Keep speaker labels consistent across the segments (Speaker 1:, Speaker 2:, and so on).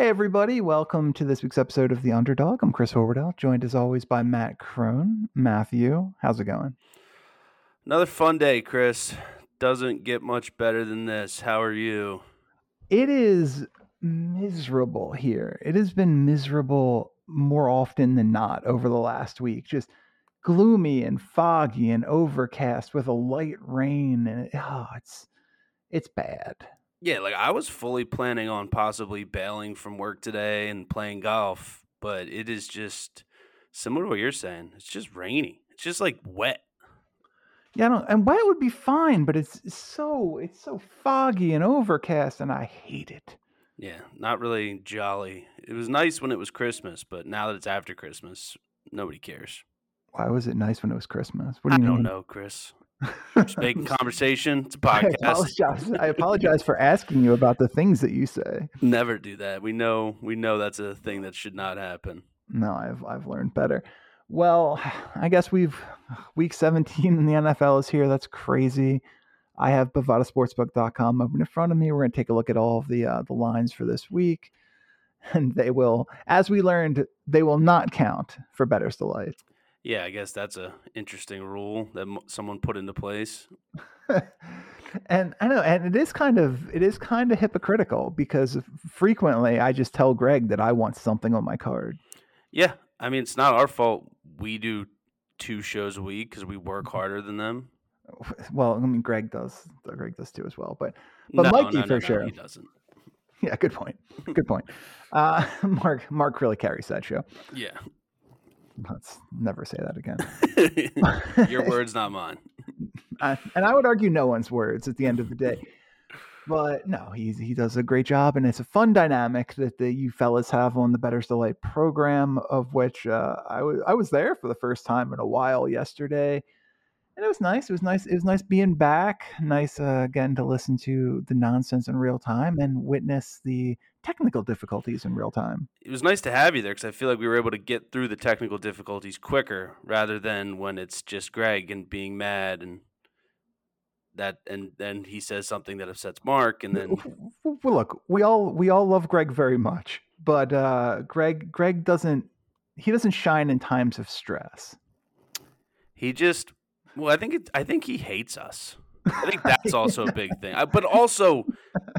Speaker 1: Hey, everybody, welcome to this week's episode of The Underdog. I'm Chris Horwadow, joined as always by Matt Crone. Matthew, how's it going?
Speaker 2: Another fun day, Chris. Doesn't get much better than this. How are you?
Speaker 1: It is miserable here. It has been miserable more often than not over the last week. Just gloomy and foggy and overcast with a light rain and it, oh, it's it's bad.
Speaker 2: Yeah, like I was fully planning on possibly bailing from work today and playing golf, but it is just similar to what you're saying. It's just rainy. It's just like wet.
Speaker 1: Yeah, I don't, and wet would be fine, but it's so it's so foggy and overcast and I hate it.
Speaker 2: Yeah, not really jolly. It was nice when it was Christmas, but now that it's after Christmas, nobody cares.
Speaker 1: Why was it nice when it was Christmas? What
Speaker 2: I
Speaker 1: do you
Speaker 2: don't
Speaker 1: mean?
Speaker 2: know, Chris. Just making conversation. It's a podcast.
Speaker 1: I apologize. I apologize for asking you about the things that you say.
Speaker 2: Never do that. We know we know that's a thing that should not happen.
Speaker 1: No, I've I've learned better. Well, I guess we've week 17 in the NFL is here. That's crazy. I have bovadasportsbook.com open in front of me. We're going to take a look at all of the uh, the lines for this week, and they will, as we learned, they will not count for Better's delight.
Speaker 2: Yeah, I guess that's a interesting rule that m- someone put into place.
Speaker 1: and I know, and it is kind of it is kind of hypocritical because frequently I just tell Greg that I want something on my card.
Speaker 2: Yeah, I mean it's not our fault. We do two shows a week because we work harder than them.
Speaker 1: Well, I mean, Greg does Greg does too as well, but But Mikey for sure.
Speaker 2: he doesn't.
Speaker 1: yeah, good point. Good point. Uh, Mark Mark really carries that show.
Speaker 2: Yeah,
Speaker 1: Let's never say that again.
Speaker 2: your words, not mine.
Speaker 1: Uh, and I would argue no one's words at the end of the day. But no, he he does a great job, and it's a fun dynamic that the, you fellas have on the Better's Delight program, of which uh, I was I was there for the first time in a while yesterday, and it was nice. It was nice. It was nice being back. Nice uh, getting to listen to the nonsense in real time and witness the technical difficulties in real time.
Speaker 2: It was nice to have you there because I feel like we were able to get through the technical difficulties quicker rather than when it's just Greg and being mad and that and then he says something that upsets Mark and then
Speaker 1: W- w- well, look, we all we all love Greg very much, but uh, Greg Greg doesn't he doesn't shine in times of stress.
Speaker 2: He just well, I think it, I think he hates us. I think that's also a big thing. I, but also,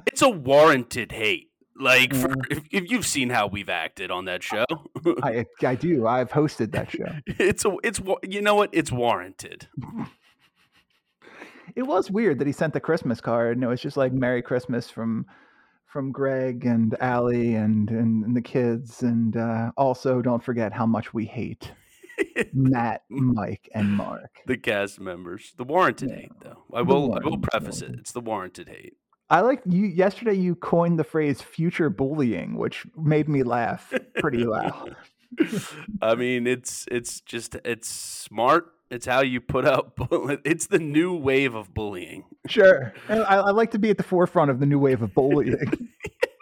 Speaker 2: it's a warranted hate. Like for,
Speaker 1: Mm.
Speaker 2: if, if you've seen how we've acted on that show,
Speaker 1: I I do. I've hosted that show.
Speaker 2: it's a it's wa- you know what it's warranted.
Speaker 1: It was weird that he sent the Christmas card and it was just like Merry Christmas from from Greg and Allie and and, and the kids and uh, also don't forget how much we hate Matt, Mike, and Mark.
Speaker 2: The cast members, the warranted hate though. I
Speaker 1: The
Speaker 2: will I will
Speaker 1: warranted
Speaker 2: preface
Speaker 1: hate.
Speaker 2: it. It's the warranted hate.
Speaker 1: I like you yesterday you coined the phrase future bullying, which made me laugh pretty loud.
Speaker 2: I mean, it's it's just it's smart. It's how you put out. bull- It's the new wave of bullying.
Speaker 1: Sure. And I, I like to be at the forefront of the new wave of bullying.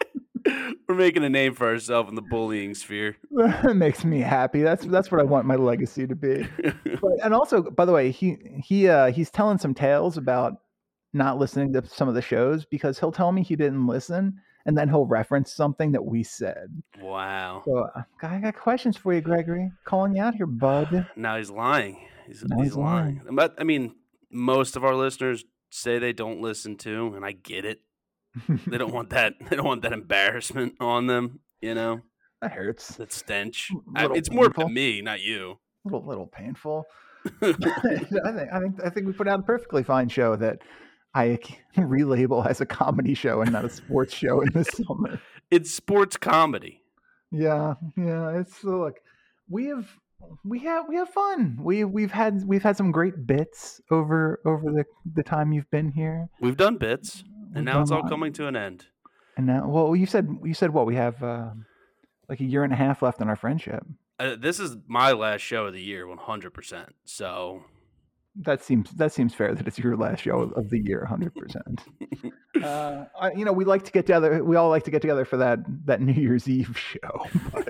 Speaker 2: We're making a name for ourselves in the bullying sphere.
Speaker 1: that makes me happy. That's that's what I want my legacy to be. But, and also, by the way, he he uh, he's telling some tales about not listening to some of the shows because he'll tell me he didn't listen, and then he'll reference something that we said.
Speaker 2: Wow.
Speaker 1: So uh, I got questions for you, Gregory. Calling you out here, bud.
Speaker 2: Now he's lying. He's,
Speaker 1: Now
Speaker 2: he's
Speaker 1: he's lying.
Speaker 2: lying. But I mean, most of our listeners say they don't listen to, and I get it. They don't want that. They don't want that embarrassment on them. You know
Speaker 1: that hurts.
Speaker 2: that stench.
Speaker 1: M-
Speaker 2: I,
Speaker 1: little
Speaker 2: it's more
Speaker 1: painful.
Speaker 2: about me, not you.
Speaker 1: little little painful. I think I think I think we put out a perfectly fine show that I c- relabel as a comedy show and not a sports show in the summer.
Speaker 2: It's sports comedy.
Speaker 1: Yeah, yeah. It's uh, look, we have we have we have fun. We we've had we've had some great bits over over the the time you've been here.
Speaker 2: We've done bits,
Speaker 1: We've
Speaker 2: and now it's
Speaker 1: done
Speaker 2: all
Speaker 1: a-
Speaker 2: coming to an end.
Speaker 1: And now, well, you said you said what we have. Uh, like a year and a half left on our friendship.
Speaker 2: Uh, this is my last show of the year, 100%. So
Speaker 1: That seems that seems fair that it's your last show of- of the year, hundred percent. uh, I- You know, we like to get together. We all like to get together for that that New Year's Eve show. but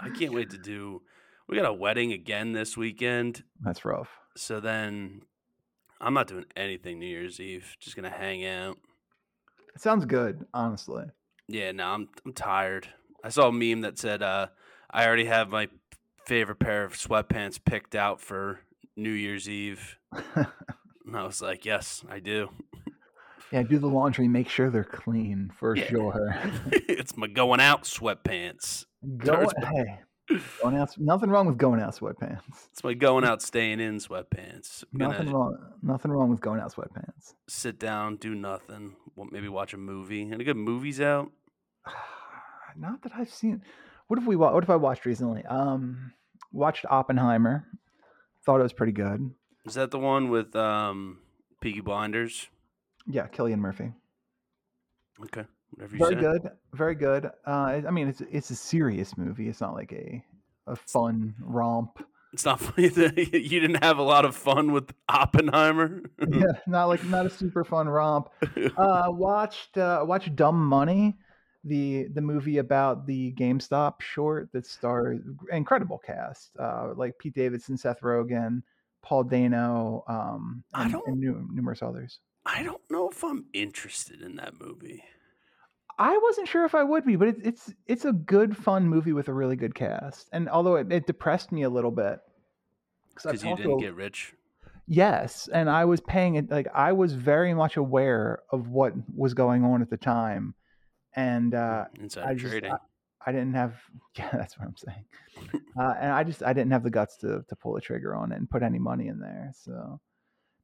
Speaker 2: I can't wait to do. We got a wedding again this weekend.
Speaker 1: that's rough.
Speaker 2: So then I'm not doing anything New Year's Eve. Just going to hang out.
Speaker 1: It sounds good, honestly.
Speaker 2: Yeah, no, I'm I'm tired. I saw a meme that said, uh, "I already have my favorite pair of sweatpants picked out for New Year's Eve," and I was like, "Yes, I do.
Speaker 1: Yeah, do the laundry, make sure they're clean for
Speaker 2: Yeah.
Speaker 1: sure.
Speaker 2: it's my going out sweatpants.
Speaker 1: Go,
Speaker 2: Turns
Speaker 1: hey, going out, nothing wrong with going out sweatpants.
Speaker 2: It's my going out, staying in sweatpants. I'm
Speaker 1: Nothing
Speaker 2: gonna
Speaker 1: wrong, nothing wrong with going out sweatpants.
Speaker 2: sit down, do nothing, wa- maybe watch a movie. Any good movies out?
Speaker 1: Not that I've seen. What have we? wa- What have I watched recently? Um, watched Oppenheimer. Thought it was pretty good.
Speaker 2: Is that the one with um, Peaky Blinders?
Speaker 1: Yeah, Killian Murphy.
Speaker 2: Okay, whatever you
Speaker 1: Very
Speaker 2: said.
Speaker 1: good. Very good. Uh, I I mean, it's it's a serious movie. It's not like a a fun romp.
Speaker 2: It's not funny that you didn't have a lot of fun with Oppenheimer.
Speaker 1: yeah, not like not a super fun romp. Uh, watched uh, watched Dumb Money, the the movie about the GameStop short that stars incredible cast uh, like Pete Davidson, Seth Rogen, Paul Dano, um,
Speaker 2: I
Speaker 1: and,
Speaker 2: don't-
Speaker 1: and nu- numerous others.
Speaker 2: I don't know if I'm interested in that movie.
Speaker 1: I wasn't sure if I would be, but it, it's it's a good fun movie with a really good cast. And although it, it depressed me a little bit I've
Speaker 2: Because you
Speaker 1: talked to
Speaker 2: didn't
Speaker 1: a-
Speaker 2: get rich.
Speaker 1: Yes, and I was paying it like I was very much aware of what was going on at the time, and uh,
Speaker 2: Insider
Speaker 1: I just
Speaker 2: trading.
Speaker 1: I, I didn't have yeah that's what I'm saying,
Speaker 2: Mm-hmm.
Speaker 1: uh, and I just I didn't have the guts to to pull the trigger on it and put any money in there, so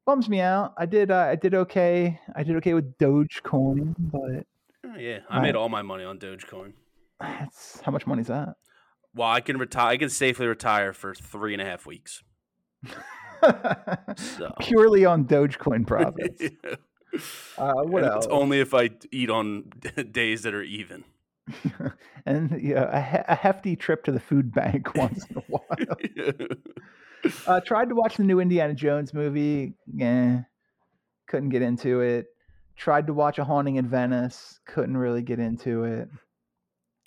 Speaker 1: bums me out. I did uh, I did okay I did okay with Dogecoin, but
Speaker 2: Oh, yeah, I
Speaker 1: I-
Speaker 2: made all my money on Dogecoin.
Speaker 1: that's how much money's that?
Speaker 2: Well, I can retire. I can safely retire for three and a half weeks. So
Speaker 1: Purely on Dogecoin profits. Uh, what
Speaker 2: And
Speaker 1: else?
Speaker 2: It's only if I d- eat on days that are even.
Speaker 1: and yeah, a, he- a hefty trip to the food bank once in a while. Uh, tried to watch the new Indiana Jones movie. Eh, couldn't get into it. Tried to watch A Haunting in Venice. Couldn't really get into it.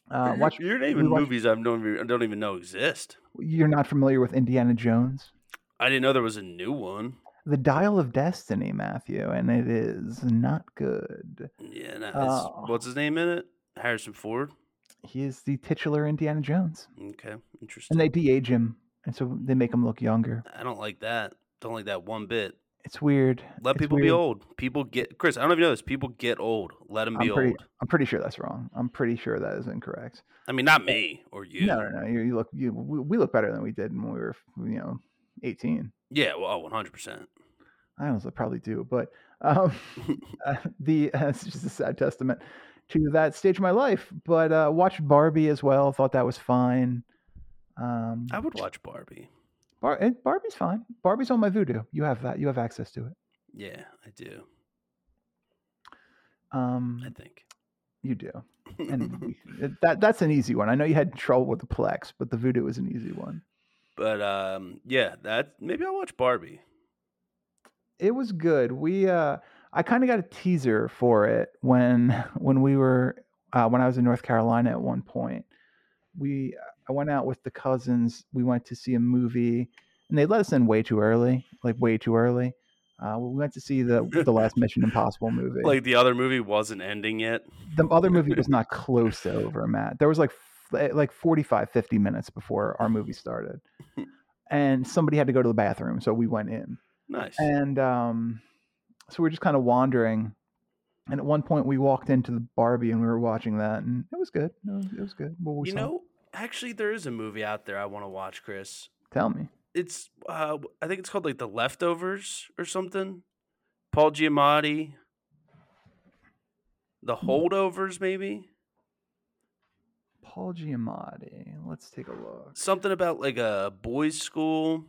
Speaker 1: Uh,
Speaker 2: You're-
Speaker 1: watch.
Speaker 2: You're naming
Speaker 1: we watched-
Speaker 2: movies I've known, I don't even- don't even know exist.
Speaker 1: You're not familiar with Indiana Jones?
Speaker 2: I didn't know there was a new one.
Speaker 1: The Dial of Destiny, Matthew, and it is not good.
Speaker 2: Yeah, nah, it's-
Speaker 1: Oh.
Speaker 2: what's his name in it? Harrison Ford.
Speaker 1: He is the titular Indiana Jones,
Speaker 2: Okay, interesting.
Speaker 1: and they de-age him, and so they make him look younger.
Speaker 2: I don't like that. Don't like that one bit.
Speaker 1: It's weird.
Speaker 2: Let
Speaker 1: It's
Speaker 2: people be
Speaker 1: weird.
Speaker 2: old. People get Chris. I don't even know this. People get old. Let them be
Speaker 1: I'm pretty,
Speaker 2: old.
Speaker 1: I'm pretty sure that's wrong. I'm pretty sure that is incorrect.
Speaker 2: I mean, not me or you.
Speaker 1: No, no, no. You, you look, you, we we look better than we did when we were, you know, 18.
Speaker 2: Yeah, well, oh, one hundred percent.
Speaker 1: I honestly probably do, but um, uh, the uh, it's just a sad testament to that stage of my life. But uh, watched Barbie as well. Thought that was fine. Um,
Speaker 2: I would watch Barbie.
Speaker 1: Bar- eh, Barbie's fine. Barbie's on my voodoo. You have that. You have access to it.
Speaker 2: Yeah, I do. I
Speaker 1: Um,
Speaker 2: think.
Speaker 1: you do. And that that's an easy one. I know you had trouble with the Plex, but the voodoo is an easy one.
Speaker 2: but um, yeah, that maybe I'll watch Barbie.
Speaker 1: it was good. We uh I kind of got a teaser for it when when we were uh, when I was in North Carolina at one point. We I went out with the cousins. We went to see a movie, and they let us in way too early, like way too early. Uh, we went to see the the last Mission Impossible movie.
Speaker 2: Like the other movie wasn't ending yet.
Speaker 1: the other movie was not close to over, Matt. There was like f- eh, like 45, 50 minutes before our movie started, and somebody had to go to the bathroom, so we went in
Speaker 2: Nice.
Speaker 1: and um, so we're just kind of wandering. And at one point, we walked into the Barbie and we were watching that, and it was good. It was, it was good. What we
Speaker 2: you
Speaker 1: saw.
Speaker 2: know, actually, there is a movie out there I want to watch, Chris.
Speaker 1: tell me.
Speaker 2: It's uh, I think it's called like The Leftovers or something. Paul Giamatti. The Holdovers, maybe.
Speaker 1: Paul Giamatti. Let's take a look.
Speaker 2: something about like a boys' school.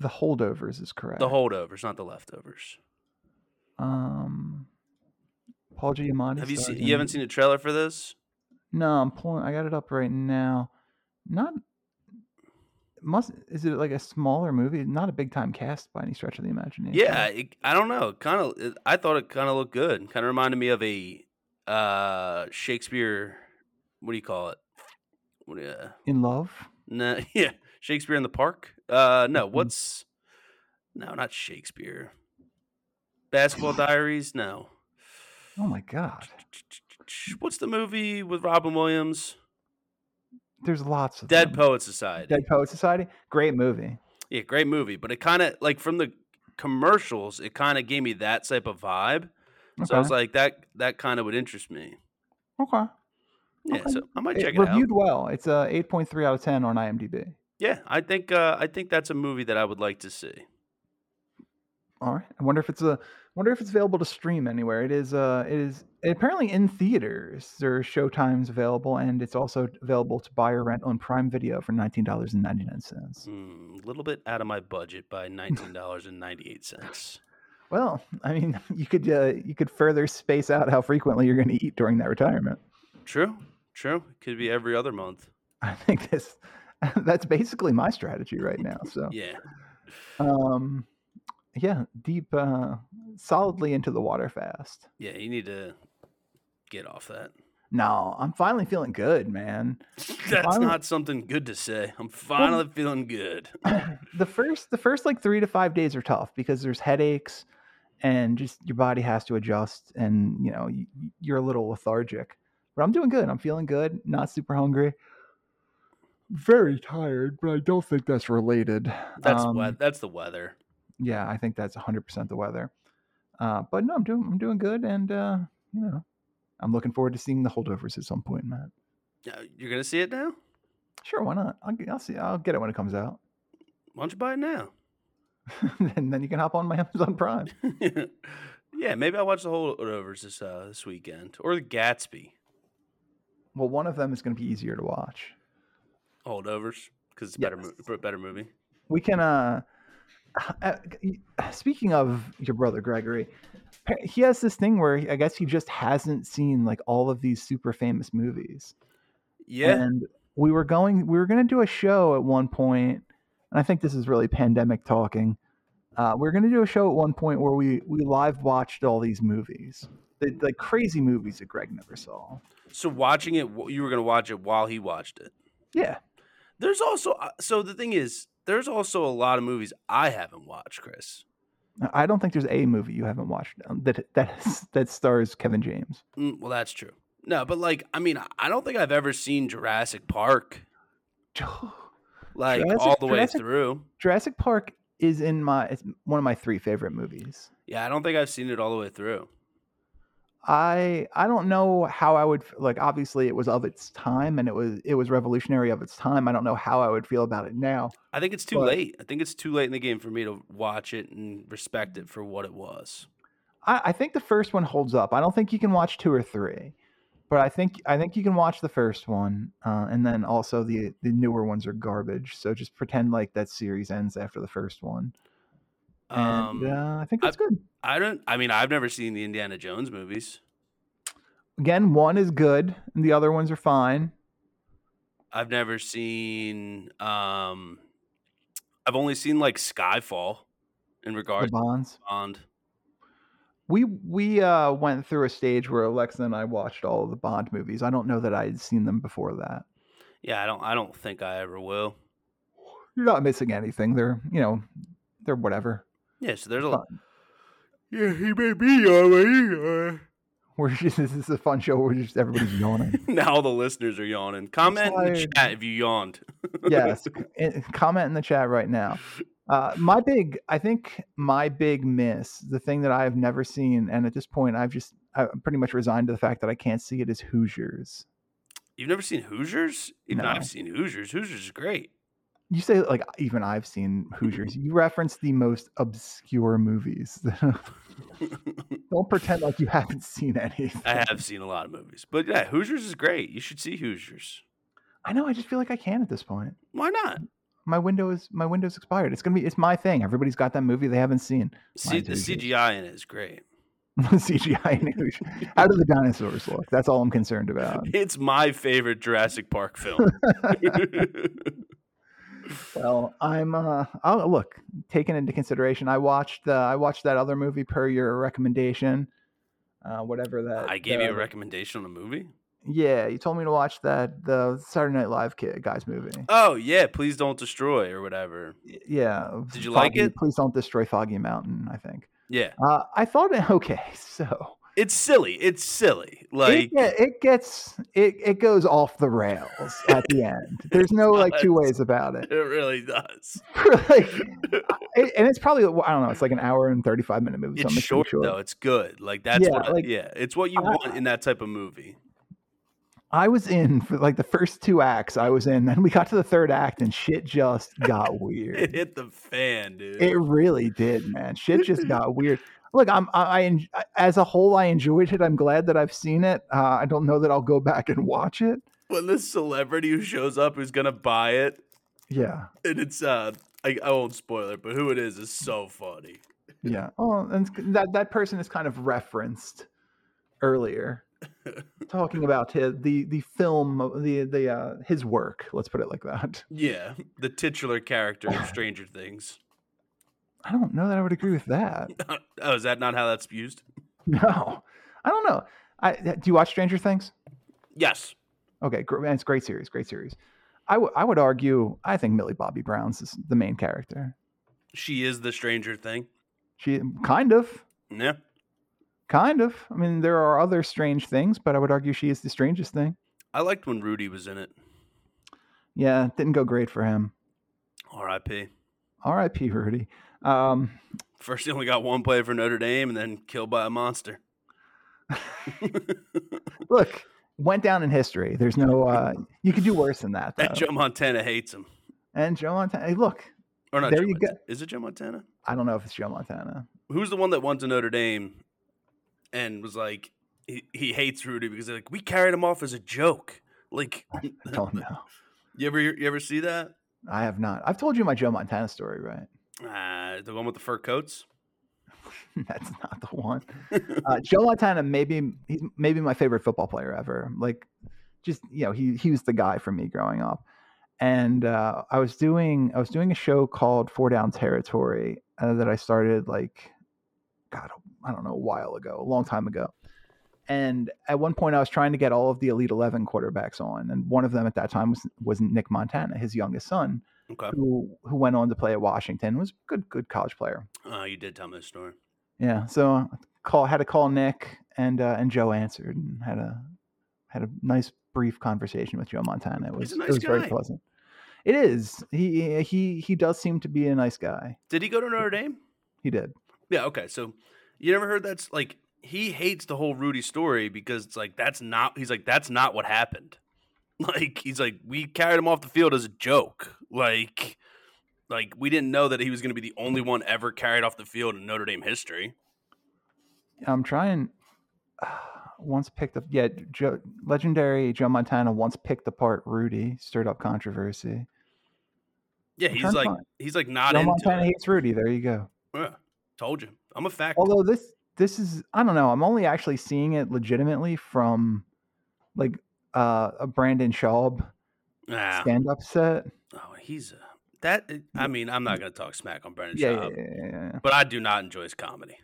Speaker 1: The holdovers is correct.
Speaker 2: The holdovers, not the leftovers.
Speaker 1: um, Paul Giamatti.
Speaker 2: Have you
Speaker 1: stars
Speaker 2: seen?
Speaker 1: in-
Speaker 2: You haven't seen a trailer for this?
Speaker 1: No, I'm pulling. I got it up right now. Not must is it like a smaller movie? Not a big time cast by any stretch of the imagination.
Speaker 2: Yeah, it, I don't know. Kind of, I thought it kind of looked good. Kind of reminded me of a uh, Shakespeare. What do you call it? What? Uh,
Speaker 1: In Love.
Speaker 2: no, yeah, Shakespeare in the Park. Uh, no,
Speaker 1: Mm-hmm.
Speaker 2: what's no, not Shakespeare. Basketball Diaries. No,
Speaker 1: Oh my god.
Speaker 2: what's the movie with Robin Williams?
Speaker 1: There's lots of
Speaker 2: Dead
Speaker 1: them.
Speaker 2: Poet Society.
Speaker 1: Dead Poet Society. Great movie.
Speaker 2: Yeah, great movie, but it kind of like from the commercials, it kind of gave me that type of vibe.
Speaker 1: Okay.
Speaker 2: So I was like, that that kind of would interest me.
Speaker 1: okay.
Speaker 2: Yeah,
Speaker 1: Okay.
Speaker 2: so I might
Speaker 1: It
Speaker 2: check it, out.
Speaker 1: reviewed well. It's a 8.3 out of 10 on IMDb.
Speaker 2: Yeah, I think uh, I think that's a movie that I would like to see.
Speaker 1: All right. I wonder if it's a wonder if it's available to stream anywhere. It is uh it is apparently in theaters. There are showtimes available and it's also available to buy or rent on Prime Video for $19.99.
Speaker 2: Hmm, A little bit out of my budget by nineteen dollars and ninety eight cents.
Speaker 1: Well, I mean, you could uh, you could further space out how frequently you're going to eat during that retirement.
Speaker 2: True, true. Could be every other month.
Speaker 1: I think this that's basically my strategy right now. So,
Speaker 2: Yeah,
Speaker 1: um yeah, deep uh solidly into the water fast.
Speaker 2: yeah. You need to get off that.
Speaker 1: No, I'm finally feeling good, man.
Speaker 2: That's
Speaker 1: I'm-
Speaker 2: not something good to say. I'm finally feeling good.
Speaker 1: the first the first like three to five days are tough because there's headaches and just your body has to adjust and you know you, you're a little lethargic but i'm doing good i'm feeling good not super hungry very tired but i don't think that's related
Speaker 2: That's
Speaker 1: Um,
Speaker 2: what. That's the weather.
Speaker 1: yeah i think that's 100% the weather uh, but no i'm doing i'm doing good and uh, you know i'm looking forward to seeing the holdovers at some point matt
Speaker 2: Uh, You're gonna see it now.
Speaker 1: sure why not i'll, I'll see i'll get it when it comes out
Speaker 2: Why don't you buy it now?
Speaker 1: and then you can hop on my amazon prime
Speaker 2: yeah, maybe I'll watch the whole Overs this uh, this weekend or the Gatsby
Speaker 1: well one of them is going to be easier to watch
Speaker 2: holdovers because it's a better
Speaker 1: Yes.
Speaker 2: mo- better movie.
Speaker 1: we can uh uh, speaking of your brother gregory pa- he has this thing where he- i guess he just hasn't seen like all of these super famous movies
Speaker 2: Yeah,
Speaker 1: and we were going we were going to do a show at one point and i think this is really pandemic talking uh, we were going to do a show at one point where we we live watched all these movies the, like crazy movies that greg never saw
Speaker 2: so watching it, wh- you were gonna watch it while he watched it.
Speaker 1: yeah
Speaker 2: There's also uh, so the thing is, there's also a lot of movies I haven't watched, Chris.
Speaker 1: i don't think there's a movie you haven't watched um, that that that stars kevin james
Speaker 2: Mm, well, that's true. No, but like, I mean, I don't think I've ever seen Jurassic Park like
Speaker 1: Jurassic-
Speaker 2: all the way
Speaker 1: Jurassic-
Speaker 2: through.
Speaker 1: Jurassic Park is in my it's one of my three favorite movies.
Speaker 2: Yeah, I don't think I've seen it all the way through.
Speaker 1: I I don't know how I would f- like obviously it was of its time and it was it was revolutionary of its time. I don't know how I would feel about it now.
Speaker 2: I think it's too
Speaker 1: But-
Speaker 2: late. I think it's too late in the game for me to watch it and respect it for what it was.
Speaker 1: I, I think the first one holds up. I don't think you can watch two or three, but I think I think you can watch the first one, uh, and then also the the newer ones are garbage. So just pretend like that series ends after the first one,
Speaker 2: Um,
Speaker 1: and uh, I think
Speaker 2: I-
Speaker 1: that's good.
Speaker 2: I don't. I mean, I've never seen the Indiana Jones movies.
Speaker 1: Again, one is good, and the other ones are fine.
Speaker 2: I've never seen. Um, I've only seen like Skyfall, in
Speaker 1: The
Speaker 2: regards to
Speaker 1: bonds.
Speaker 2: Bond.
Speaker 1: We we uh, went through a stage where Alexa and I watched all of the Bond movies. I don't know that I had seen them before that.
Speaker 2: Yeah, I don't. I don't think I ever will.
Speaker 1: You're not missing anything. They're you know they're whatever.
Speaker 2: Yeah, so there's a.
Speaker 1: Fun.
Speaker 2: Yeah, he may be already.
Speaker 1: We're just, this is a fun show where just everybody's yawning.
Speaker 2: now the listeners are yawning. Comment in the
Speaker 1: tired.
Speaker 2: chat if you yawned.
Speaker 1: yes, c- i- comment in the chat right now. Uh, my big, I think my big miss, the thing that I have never seen, and at this point I've just I'm pretty much resigned to the fact that I can't see it is Hoosiers.
Speaker 2: You've never seen Hoosiers? Even
Speaker 1: No.
Speaker 2: I've seen Hoosiers. Hoosiers is great.
Speaker 1: You say like even I've seen Hoosiers. You reference the most obscure movies. Don't pretend like you haven't seen any.
Speaker 2: I have seen a lot of movies, but yeah, Hoosiers is great. You should see Hoosiers.
Speaker 1: I know. I just feel like I can at this point.
Speaker 2: Why not?
Speaker 1: My window is my window's expired. It's gonna be it's my thing. Everybody's got that movie they haven't seen.
Speaker 2: See, the
Speaker 1: Hoosiers.
Speaker 2: CGI in it is great.
Speaker 1: CGI news. How do the dinosaurs look? That's all I'm concerned about.
Speaker 2: It's my favorite Jurassic Park film.
Speaker 1: Well, I'm uh I'll, look, taken into consideration, I watched uh, I watched that other movie per your recommendation. Uh whatever that
Speaker 2: I gave you a
Speaker 1: uh,
Speaker 2: recommendation on a movie.
Speaker 1: Yeah, you told me to watch that the Saturday Night Live kid guys movie.
Speaker 2: Oh yeah, please don't destroy or whatever.
Speaker 1: Yeah.
Speaker 2: Did you like
Speaker 1: Foggy-
Speaker 2: it?
Speaker 1: Please don't destroy Foggy Mountain, I think.
Speaker 2: Yeah,
Speaker 1: Uh I thought it okay, so
Speaker 2: it's silly. It's silly. Like
Speaker 1: it, get- it gets it it goes off the rails at the end. There's no like two
Speaker 2: does.
Speaker 1: ways about it.
Speaker 2: it really does.
Speaker 1: like, it- and it's probably I don't know. It's like an hour and thirty five minute movie. so
Speaker 2: It's
Speaker 1: I'm not too
Speaker 2: short though. It's good. Like that's
Speaker 1: Yeah,
Speaker 2: what.
Speaker 1: like-
Speaker 2: yeah, it's what you
Speaker 1: I-
Speaker 2: want in that type of movie.
Speaker 1: I was in for like the first two acts. I was in. Then we got to the third act, and shit just got
Speaker 2: It
Speaker 1: weird.
Speaker 2: hit the fan, dude.
Speaker 1: it really did, man. Shit just got weird. Look, I'm I, I en- as a whole, I enjoyed it. I'm glad that I've seen it. Uh, I don't know that I'll go back and watch it.
Speaker 2: when this celebrity who shows up who's gonna buy it,
Speaker 1: Yeah,
Speaker 2: and it's uh, I, I won't spoil it, but who it is is so funny.
Speaker 1: yeah. Oh, and it's- that that person is kind of referenced earlier, talking about his, the the film, the the uh, his work. Let's put it like that.
Speaker 2: Yeah, the titular character of Stranger Things.
Speaker 1: I don't know that I would agree with that.
Speaker 2: oh, is that not how that's used?
Speaker 1: No, I don't know. I uh, do you watch Stranger Things?
Speaker 2: Yes.
Speaker 1: Okay, gr- man, it's a great series, great series. I would I would argue I think Millie Bobby Brown's is the main character.
Speaker 2: She is the Stranger Thing.
Speaker 1: She kind of,
Speaker 2: Yeah.
Speaker 1: kind of. I mean, there are other strange things, but I would argue she is the strangest thing.
Speaker 2: I liked when Rudy was in it.
Speaker 1: Yeah, didn't go great for him.
Speaker 2: R.I.P.
Speaker 1: R.I.P. Rudy. Um,
Speaker 2: First, he only got one play for Notre Dame and then killed by a monster.
Speaker 1: look, went down in history. There's no uh, you could do worse than that.
Speaker 2: That
Speaker 1: though.
Speaker 2: Joe Montana hates him.
Speaker 1: and Joe Montana. Hey, look,
Speaker 2: Or not
Speaker 1: There
Speaker 2: Joe
Speaker 1: you go.
Speaker 2: Montana. Is it Joe Montana?
Speaker 1: I don't know if it's Joe Montana.
Speaker 2: Who's the one that went to Notre Dame and was like, he, he hates Rudy because they're like, we carried him off as a joke. Like,
Speaker 1: I don't know.
Speaker 2: you ever you ever see that?
Speaker 1: I have not. I've told you my Joe Montana story, right?
Speaker 2: Uh, the one with the fur coats?
Speaker 1: That's not the one. Uh, Joe Montana, maybe he's maybe my favorite football player ever. Like, just you know, he he was the guy for me growing up. And uh, I was doing I was doing a show called Four Down Territory uh, that I started like, God, I don't know, a while ago, a long time ago. And at one point, I was trying to get all of the Elite Eleven quarterbacks on, and one of them at that time was was Nick Montana, his youngest son,
Speaker 2: Okay.
Speaker 1: who who went on to play at Washington, was a good good college player.
Speaker 2: Oh, you did tell me this story.
Speaker 1: Yeah. So I call had to call Nick and uh, and Joe answered and had a had a nice brief conversation with Joe Montana. It was
Speaker 2: He's a
Speaker 1: it
Speaker 2: nice
Speaker 1: was
Speaker 2: guy.
Speaker 1: very pleasant. It is. He he he does seem to be a nice guy.
Speaker 2: Did he go to Notre Dame?
Speaker 1: He did.
Speaker 2: Yeah, okay. So you never heard that's like he hates the whole Rudy story because it's like that's not he's like that's not what happened. Like he's like we carried him off the field as a joke. Like like we didn't know that he was going to be the only one ever carried off the field in Notre Dame history.
Speaker 1: I'm trying. once picked up. Yeah, Joe, legendary Joe Montana once picked apart Rudy, stirred up controversy.
Speaker 2: Yeah,
Speaker 1: I'm
Speaker 2: he's
Speaker 1: trying to
Speaker 2: like
Speaker 1: find-
Speaker 2: he's like not
Speaker 1: Joe
Speaker 2: into
Speaker 1: Montana
Speaker 2: it.
Speaker 1: hates Rudy. There you go.
Speaker 2: Yeah, told you. I'm a fact.
Speaker 1: Although this this is I don't know. I'm only actually seeing it legitimately from like uh a Brandon Schaub
Speaker 2: Nah.
Speaker 1: stand up set.
Speaker 2: Oh, he's a, that I mean, I'm not going to talk smack on Brendan
Speaker 1: yeah,
Speaker 2: Schaub,
Speaker 1: yeah, yeah, yeah, yeah.
Speaker 2: but I do not enjoy his comedy.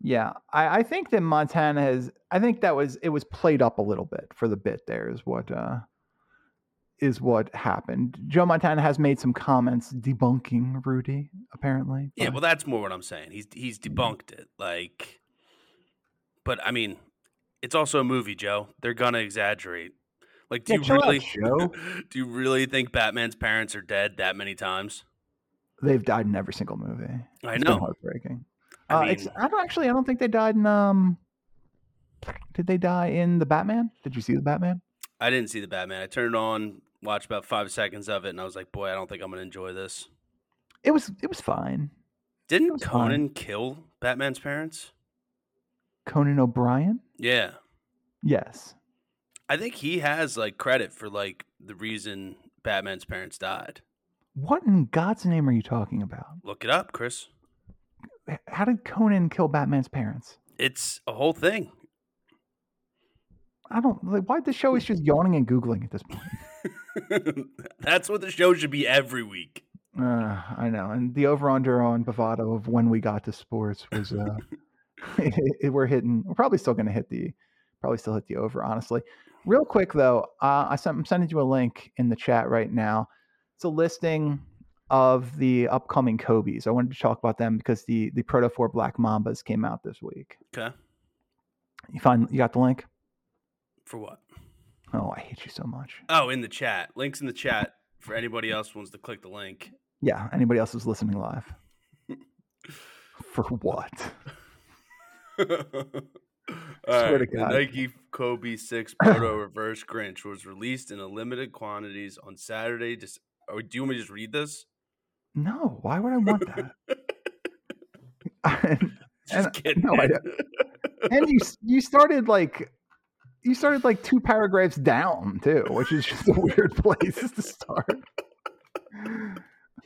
Speaker 1: Yeah, I, I think that Montana has. I think that was it was played up a little bit for the bit. There is what uh, is what happened. Joe Montana has made some comments debunking Rudy. Apparently,
Speaker 2: Yeah,
Speaker 1: but-
Speaker 2: well, that's more what I'm saying. He's he's debunked it, like. But I mean, it's also a movie, Joe. They're gonna exaggerate. Like, do
Speaker 1: Yeah,
Speaker 2: you
Speaker 1: chill out,
Speaker 2: really,
Speaker 1: Joe.
Speaker 2: do you really think Batman's parents are dead that many times?
Speaker 1: they've died in every single movie.
Speaker 2: I
Speaker 1: It's been
Speaker 2: know.
Speaker 1: heartbreaking.
Speaker 2: I
Speaker 1: uh, it's,
Speaker 2: mean-
Speaker 1: I don't actually. I don't think they died in. Um, did they die in the Batman? Did you see the Batman?
Speaker 2: I didn't see the Batman. I turned it on, watched about five seconds of it, and I was like, boy, I don't think I'm gonna enjoy this.
Speaker 1: It was it was fine.
Speaker 2: Didn't
Speaker 1: was fine.
Speaker 2: Conan kill Batman's parents?
Speaker 1: Conan O'Brien.
Speaker 2: Yeah,
Speaker 1: Yes.
Speaker 2: I think he has like credit for like the reason Batman's parents died.
Speaker 1: What in God's name are you talking about?
Speaker 2: Look it up, Chris.
Speaker 1: How did Conan kill Batman's parents?
Speaker 2: it's a whole thing.
Speaker 1: I don't like why the show is just yawning and googling at this point.
Speaker 2: That's what the show should be every week.
Speaker 1: Uh, I know, and the over under on Bovado of when we got to sports was uh, we're hitting. We're probably still going to hit the probably still hit the over. Honestly, real quick though, uh, I sent, I'm sending you a link in the chat right now. It's a listing of the upcoming Kobe's. I wanted to talk about them because the the Proto Four Black Mambas came out this week.
Speaker 2: Okay.
Speaker 1: You find you got the link?
Speaker 2: For what?
Speaker 1: Oh, I hate you so much.
Speaker 2: Oh, in the chat. Links in the chat for anybody else who wants to click the link.
Speaker 1: Yeah, anybody else who's listening live. For what?
Speaker 2: All
Speaker 1: Swear to
Speaker 2: right, the
Speaker 1: God.
Speaker 2: Nike Kobe 6 Proto Reverse Grinch was released in a limited quantities on Saturday. Dec- or do you want me to just read this?
Speaker 1: No, why would I want that?
Speaker 2: Just
Speaker 1: And- uh,
Speaker 2: kidding.
Speaker 1: no, I and you you started like you started like two paragraphs down too, which is just a weird place to start.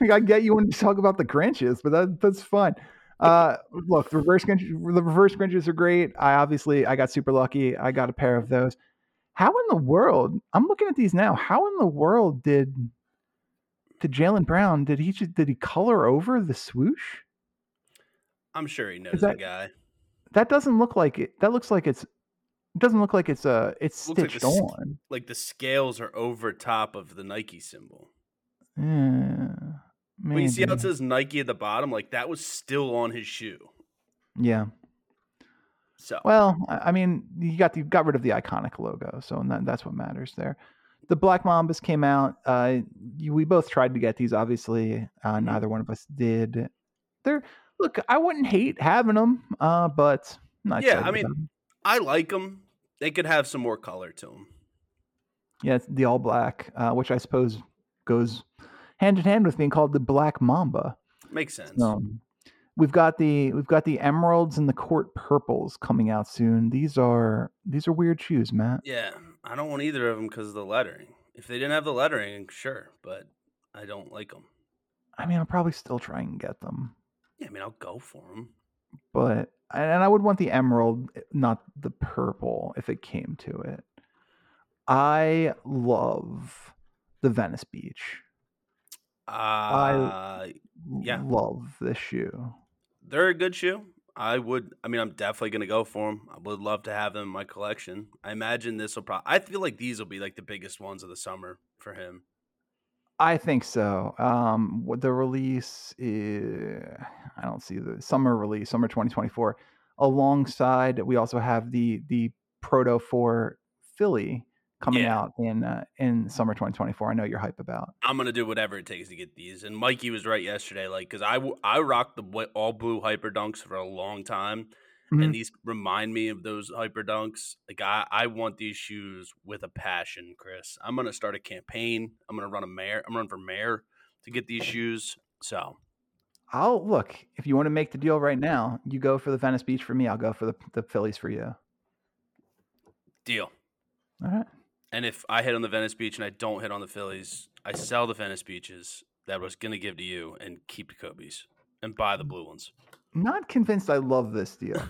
Speaker 1: Like, I get you when you talk about the Grinches, but that that's fun. Uh, look, the reverse Grinch, the reverse Grinches are great. I obviously I got super lucky. I got a pair of those. How in the world? I'm looking at these now. How in the world did did Jalen Brown did he just did he color over the swoosh?
Speaker 2: I'm sure he knows
Speaker 1: that-
Speaker 2: the guy.
Speaker 1: That doesn't look like it. That looks like it's it doesn't look like it's uh it's
Speaker 2: Looks like the
Speaker 1: stitched
Speaker 2: s-
Speaker 1: on.
Speaker 2: Like the scales are over top of the Nike symbol.
Speaker 1: Yeah,
Speaker 2: When you see how it
Speaker 1: maybe.
Speaker 2: says Nike at the bottom, like that was still on his shoe.
Speaker 1: Yeah.
Speaker 2: So
Speaker 1: Well, I I mean, you got you got rid of the iconic logo, so and that, that's what matters there. The Black Mambas came out. Uh, you, we both tried to get these. Obviously, uh,
Speaker 2: Mm-hmm.
Speaker 1: neither one of us did. They're look. I wouldn't hate having them, uh, but I'm not
Speaker 2: Yeah,
Speaker 1: excited
Speaker 2: I mean-
Speaker 1: about 'em.
Speaker 2: I like them. They could have some more color to them.
Speaker 1: yeah, it's the all black, uh, which I suppose goes hand in hand with being called the Black Mamba.
Speaker 2: Makes sense.
Speaker 1: Um, we've got the we've got the emeralds and the court purples coming out soon. These are these are weird shoes, Matt.
Speaker 2: Yeah, I don't want either of them because of the lettering. If they didn't have the lettering, sure, but I don't like them.
Speaker 1: I mean, I'll probably still try and get them,
Speaker 2: Yeah, I mean, I'll go for them.
Speaker 1: but and and I would want the emerald, eh, not the purple, if it came to it. I love the Venice Beach.
Speaker 2: Uh,
Speaker 1: Yeah.
Speaker 2: Yeah.
Speaker 1: Love this shoe.
Speaker 2: Uh, they're a good shoe. I would. I mean, I'm definitely gonna go for them. I would love to have them in my collection. I imagine this will probably. I feel like these will be like the biggest ones of the summer for him.
Speaker 1: I think so. Um, what the release is, I don't see the summer release, summer 2024. Alongside, we also have the the Proto for Philly coming
Speaker 2: Yeah.
Speaker 1: out in uh, in summer 2024. I know you're hype about.
Speaker 2: I'm gonna do whatever it takes to get these. And Mikey was right yesterday, like because I w- I rocked the wh- all blue hyper dunks for a long time,
Speaker 1: Mhm.
Speaker 2: and these remind me of those hyper dunks. Like I I want these shoes with a passion, Chris. I'm gonna start a campaign. I'm gonna run a mayor. I'm running for mayor to get these shoes. So
Speaker 1: I'll look if you want to make the deal right now. You go for the Venice Beach for me. I'll go for the the Phillies for you.
Speaker 2: deal.
Speaker 1: All right.
Speaker 2: And if I hit on the Venice Beach and I don't hit on the Phillies, I sell the Venice Beaches that I was gonna give to you and keep the Kobe's and buy the blue ones.
Speaker 1: Not convinced. I love this deal,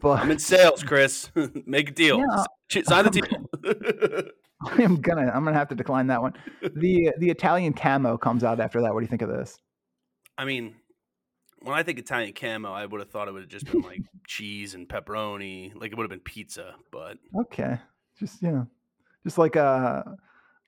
Speaker 1: but
Speaker 2: I'm in sales, Chris. Make a deal.
Speaker 1: Yeah.
Speaker 2: S- Sign the deal.
Speaker 1: I am gonna I'm gonna have to decline that one. The the Italian camo comes out after that. What do you think of this?
Speaker 2: I mean, when I think Italian camo, I would have thought it would have just been like cheese and pepperoni, like it would have been pizza. But
Speaker 1: Okay. Just yeah. Just like uh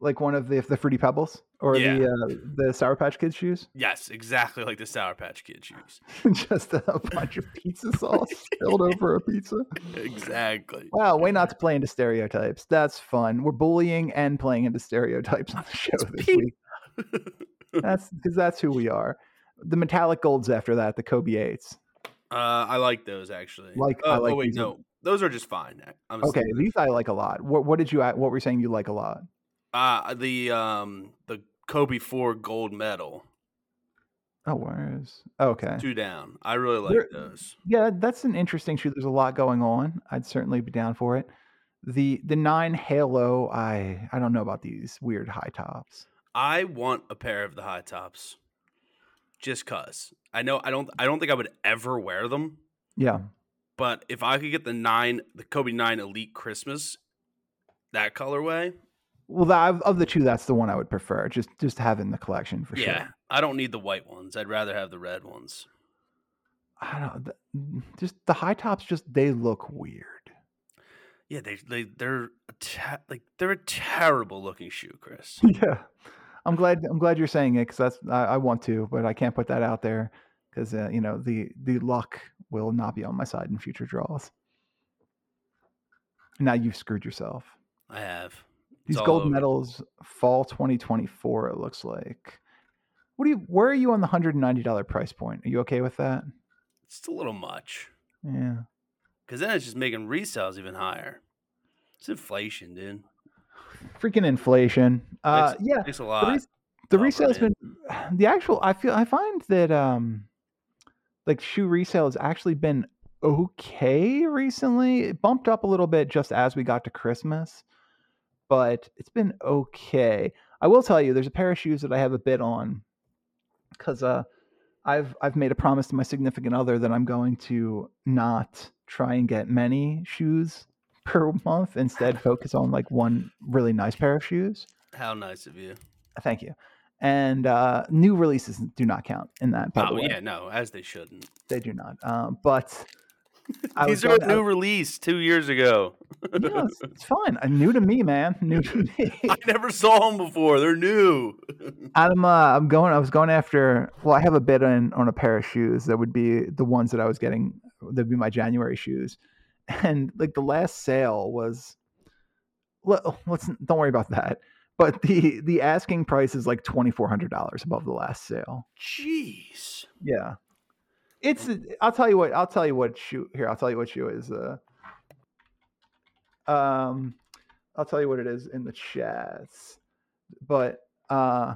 Speaker 1: like one of the the fruity pebbles or
Speaker 2: Yeah.
Speaker 1: the uh, the sour patch kids shoes.
Speaker 2: yes, exactly like the Sour Patch Kid shoes.
Speaker 1: Just a bunch of pizza sauce spilled over a pizza.
Speaker 2: Exactly.
Speaker 1: Wow, way not to play into stereotypes. That's fun. We're bullying and playing into stereotypes on the show this
Speaker 2: pizza.
Speaker 1: week. That's because that's who we are. The metallic golds after that, the Kobe eights.
Speaker 2: Uh, I like those actually.
Speaker 1: Like-
Speaker 2: oh,
Speaker 1: I
Speaker 2: oh,
Speaker 1: like
Speaker 2: wait,
Speaker 1: these-
Speaker 2: no, those are just fine. eh, I'm just-
Speaker 1: Okay, these I like a lot. What what did you what were you saying you like a lot?
Speaker 2: Uh, the um the Kobe four gold medal
Speaker 1: Oh, where is okay?
Speaker 2: two down. I really like
Speaker 1: There-
Speaker 2: those.
Speaker 1: Yeah, that's an interesting shoot. There's a lot going on. I'd certainly be down for it. The the nine halo, I I don't know about these weird high tops.
Speaker 2: I want a pair of the high tops, just cause I know I don't I don't think I would ever wear them,
Speaker 1: Yeah,
Speaker 2: But if I could get the nine, the Kobe nine Elite Christmas, that colorway,
Speaker 1: Well, that, of the two, that's the one I would prefer. Just just having the collection for
Speaker 2: yeah,
Speaker 1: sure.
Speaker 2: I don't need the white ones. I'd rather have the red ones.
Speaker 1: I don't. th- Just the high tops. Just they look weird.
Speaker 2: Yeah, they they they're a te- like they're a terrible looking shoe, Chris.
Speaker 1: Yeah, I'm glad. I'm glad you're saying it because that's I, I want to, but I can't put that out there because uh, you know the the luck will not be on my side in future draws. Now you've screwed yourself.
Speaker 2: I have
Speaker 1: These
Speaker 2: all
Speaker 1: gold
Speaker 2: over.
Speaker 1: medals, fall 2024. It looks like. What do you? Where are you on the hundred and ninety dollar price point? Are you okay with that?
Speaker 2: It's a little much
Speaker 1: Yeah.
Speaker 2: because then it's just making resales even higher. It's inflation, dude.
Speaker 1: Freaking inflation. Uh, yeah.
Speaker 2: It's a
Speaker 1: the,
Speaker 2: lot.
Speaker 1: res- the
Speaker 2: Oh,
Speaker 1: resale's been the actual i feel i find that um like shoe resale has actually been okay recently it bumped up a little bit just as we got to christmas but it's been okay i will tell you there's a pair of shoes that i have a bid on because uh i've i've made a promise to my significant other that i'm going to not try and get many shoes per month instead focus on like one really nice pair of shoes
Speaker 2: How nice of you.
Speaker 1: Thank you. And uh, new releases do not count in that. By the
Speaker 2: Oh
Speaker 1: way.
Speaker 2: yeah, no, as they shouldn't.
Speaker 1: they do not. Um, but I
Speaker 2: These
Speaker 1: was
Speaker 2: are a
Speaker 1: going-
Speaker 2: new release two years ago.
Speaker 1: I, you know, it's, it's fine. Uh, new to me, man. New to me.
Speaker 2: I never saw them before. They're new.
Speaker 1: I'm uh, I'm going. I was going after. Well, I have a bid on on a pair of shoes that would be the ones that I was getting. That'd be my January shoes, and like the last sale was. Let, let's don't worry about that. But the the asking price is like twenty four hundred dollars above the last sale.
Speaker 2: Jeez.
Speaker 1: Yeah. It's I'll tell you what I'll tell you what shoe here, I'll tell you what shoe is uh um I'll tell you what it is in the chats. But uh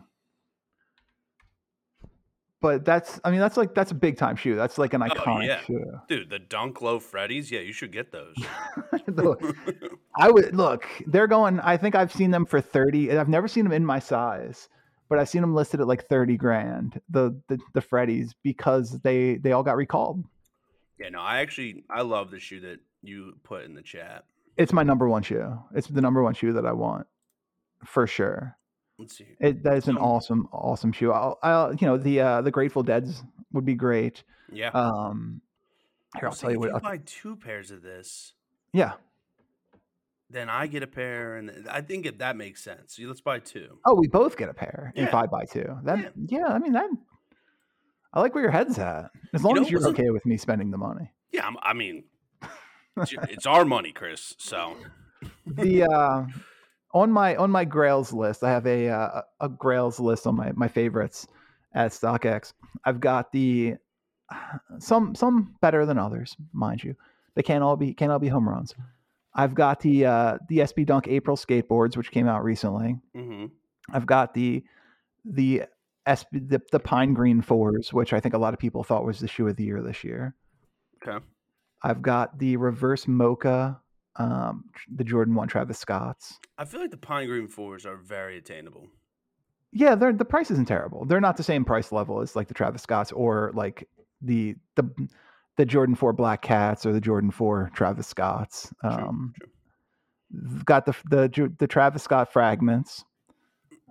Speaker 1: but that's I mean that's like that's a big time shoe. That's like an iconic
Speaker 2: yeah.
Speaker 1: shoe.
Speaker 2: Dude, the Dunk Low Freddies, yeah, you should get those.
Speaker 1: Look, I would look, they're going I think I've seen them for 30 and I've never seen them in my size. But I've seen them listed at like thirty grand, the the, the Freddies, because they they all got recalled.
Speaker 2: yeah, no, I actually I love the shoe that you put in the chat.
Speaker 1: it's my number one shoe. It's the number one shoe that I want for sure.
Speaker 2: Let's see.
Speaker 1: It that is an
Speaker 2: So-
Speaker 1: awesome, awesome shoe. I'll, I'll you know the uh, the Grateful Dead's would be great.
Speaker 2: Yeah.
Speaker 1: Um, here I'll
Speaker 2: See,
Speaker 1: tell you
Speaker 2: if
Speaker 1: what. I'll-
Speaker 2: buy two pairs of this,
Speaker 1: yeah.
Speaker 2: then I get a pair, and I think if that makes sense. You- Let's buy two.
Speaker 1: Oh, we both get a pair if
Speaker 2: Yeah.
Speaker 1: I buy two. That yeah. I mean that. I like where your head's at. As long
Speaker 2: know,
Speaker 1: as you're
Speaker 2: wasn't-
Speaker 1: okay with me spending the money.
Speaker 2: Yeah, I'm, I mean, it's your- it's our money, Chris. So
Speaker 1: The uh, on my on my Grails list, I have a uh, a Grails list on my my favorites at StockX. I've got the some some better than others, mind you. They can't all be can't all be home runs. I've got the uh, the SB Dunk April skateboards, which came out recently.
Speaker 2: hmm
Speaker 1: I've got the the SB the, the pine green fours, which I think a lot of people thought was the shoe of the year this year.
Speaker 2: okay,
Speaker 1: I've got the reverse mocha, um, the Jordan One Travis Scotts.
Speaker 2: I feel like the pine green fours are very attainable.
Speaker 1: Yeah, they're the price isn't terrible. They're not the same price level as like the Travis Scotts or like the the the Jordan Four Black Cats or the Jordan Four Travis Scotts.
Speaker 2: True,
Speaker 1: Um,
Speaker 2: true.
Speaker 1: I've got the the Ju- the Travis Scott fragments.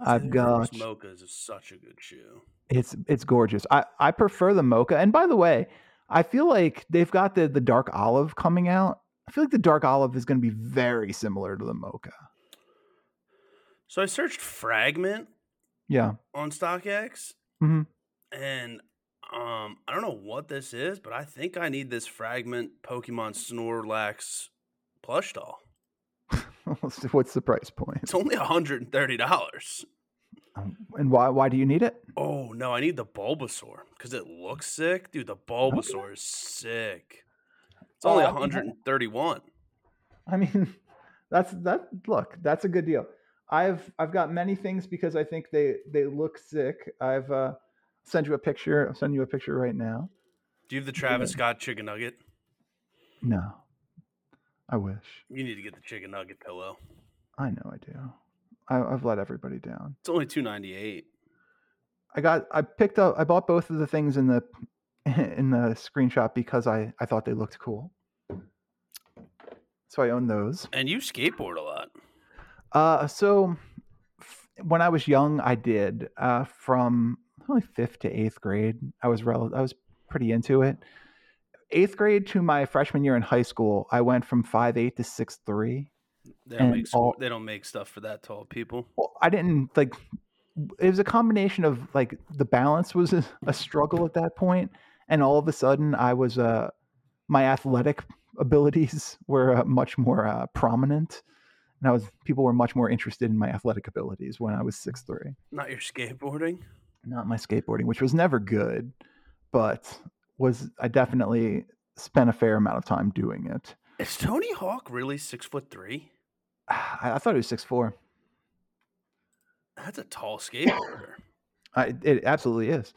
Speaker 1: I've
Speaker 2: Dude,
Speaker 1: got-
Speaker 2: those mochas is such a good shoe.
Speaker 1: It's it's gorgeous. I I prefer the mocha. And by the way, I feel like they've got the the dark olive coming out. I feel like the dark olive is going to be very similar to the mocha.
Speaker 2: So I searched fragment
Speaker 1: Yeah.
Speaker 2: on StockX,
Speaker 1: Mhm.
Speaker 2: and um, I don't know what this is, but I think I need this fragment Pokemon Snorlax plush doll.
Speaker 1: What's the price point?
Speaker 2: It's only hundred and thirty dollars.
Speaker 1: Um, And why why do you need it?
Speaker 2: Oh no, I need the Bulbasaur because it looks sick, dude. The Bulbasaur is sick. It's
Speaker 1: Oh,
Speaker 2: only
Speaker 1: I can-
Speaker 2: 131.
Speaker 1: I mean, that's that. Look, that's a good deal. I've I've got many things because I think they they look sick. I've uh, sent you a picture. I'll send you a picture right now.
Speaker 2: Do you have the Travis Scott chicken nugget?
Speaker 1: No, I wish.
Speaker 2: You need to get the chicken nugget pillow.
Speaker 1: I know I do. I, I've let everybody down.
Speaker 2: It's only 298.
Speaker 1: I got. I picked up. I bought both of the things in the in the screenshot because I I thought they looked cool. so I own those.
Speaker 2: And you skateboard a lot.
Speaker 1: Uh, so f- when I was young, I did uh, from probably fifth to eighth grade. I was rel- I was pretty into it. Eighth grade to my freshman year in high school, I went from five eight to six three.
Speaker 2: They don't,
Speaker 1: And
Speaker 2: make, squ-
Speaker 1: all-
Speaker 2: they don't make stuff for that tall people.
Speaker 1: Well, I didn't like. It was a combination of like the balance was a, a struggle at that point, and all of a sudden, I was uh, my athletic abilities were uh, much more uh, prominent, and I was people were much more interested in my athletic abilities when I was six three.
Speaker 2: Not your skateboarding.
Speaker 1: not my skateboarding, which was never good, but was I definitely spent a fair amount of time doing it.
Speaker 2: Is Tony Hawk really six foot three?
Speaker 1: I, I thought it was six four.
Speaker 2: That's a tall skateboarder.
Speaker 1: I, it absolutely is.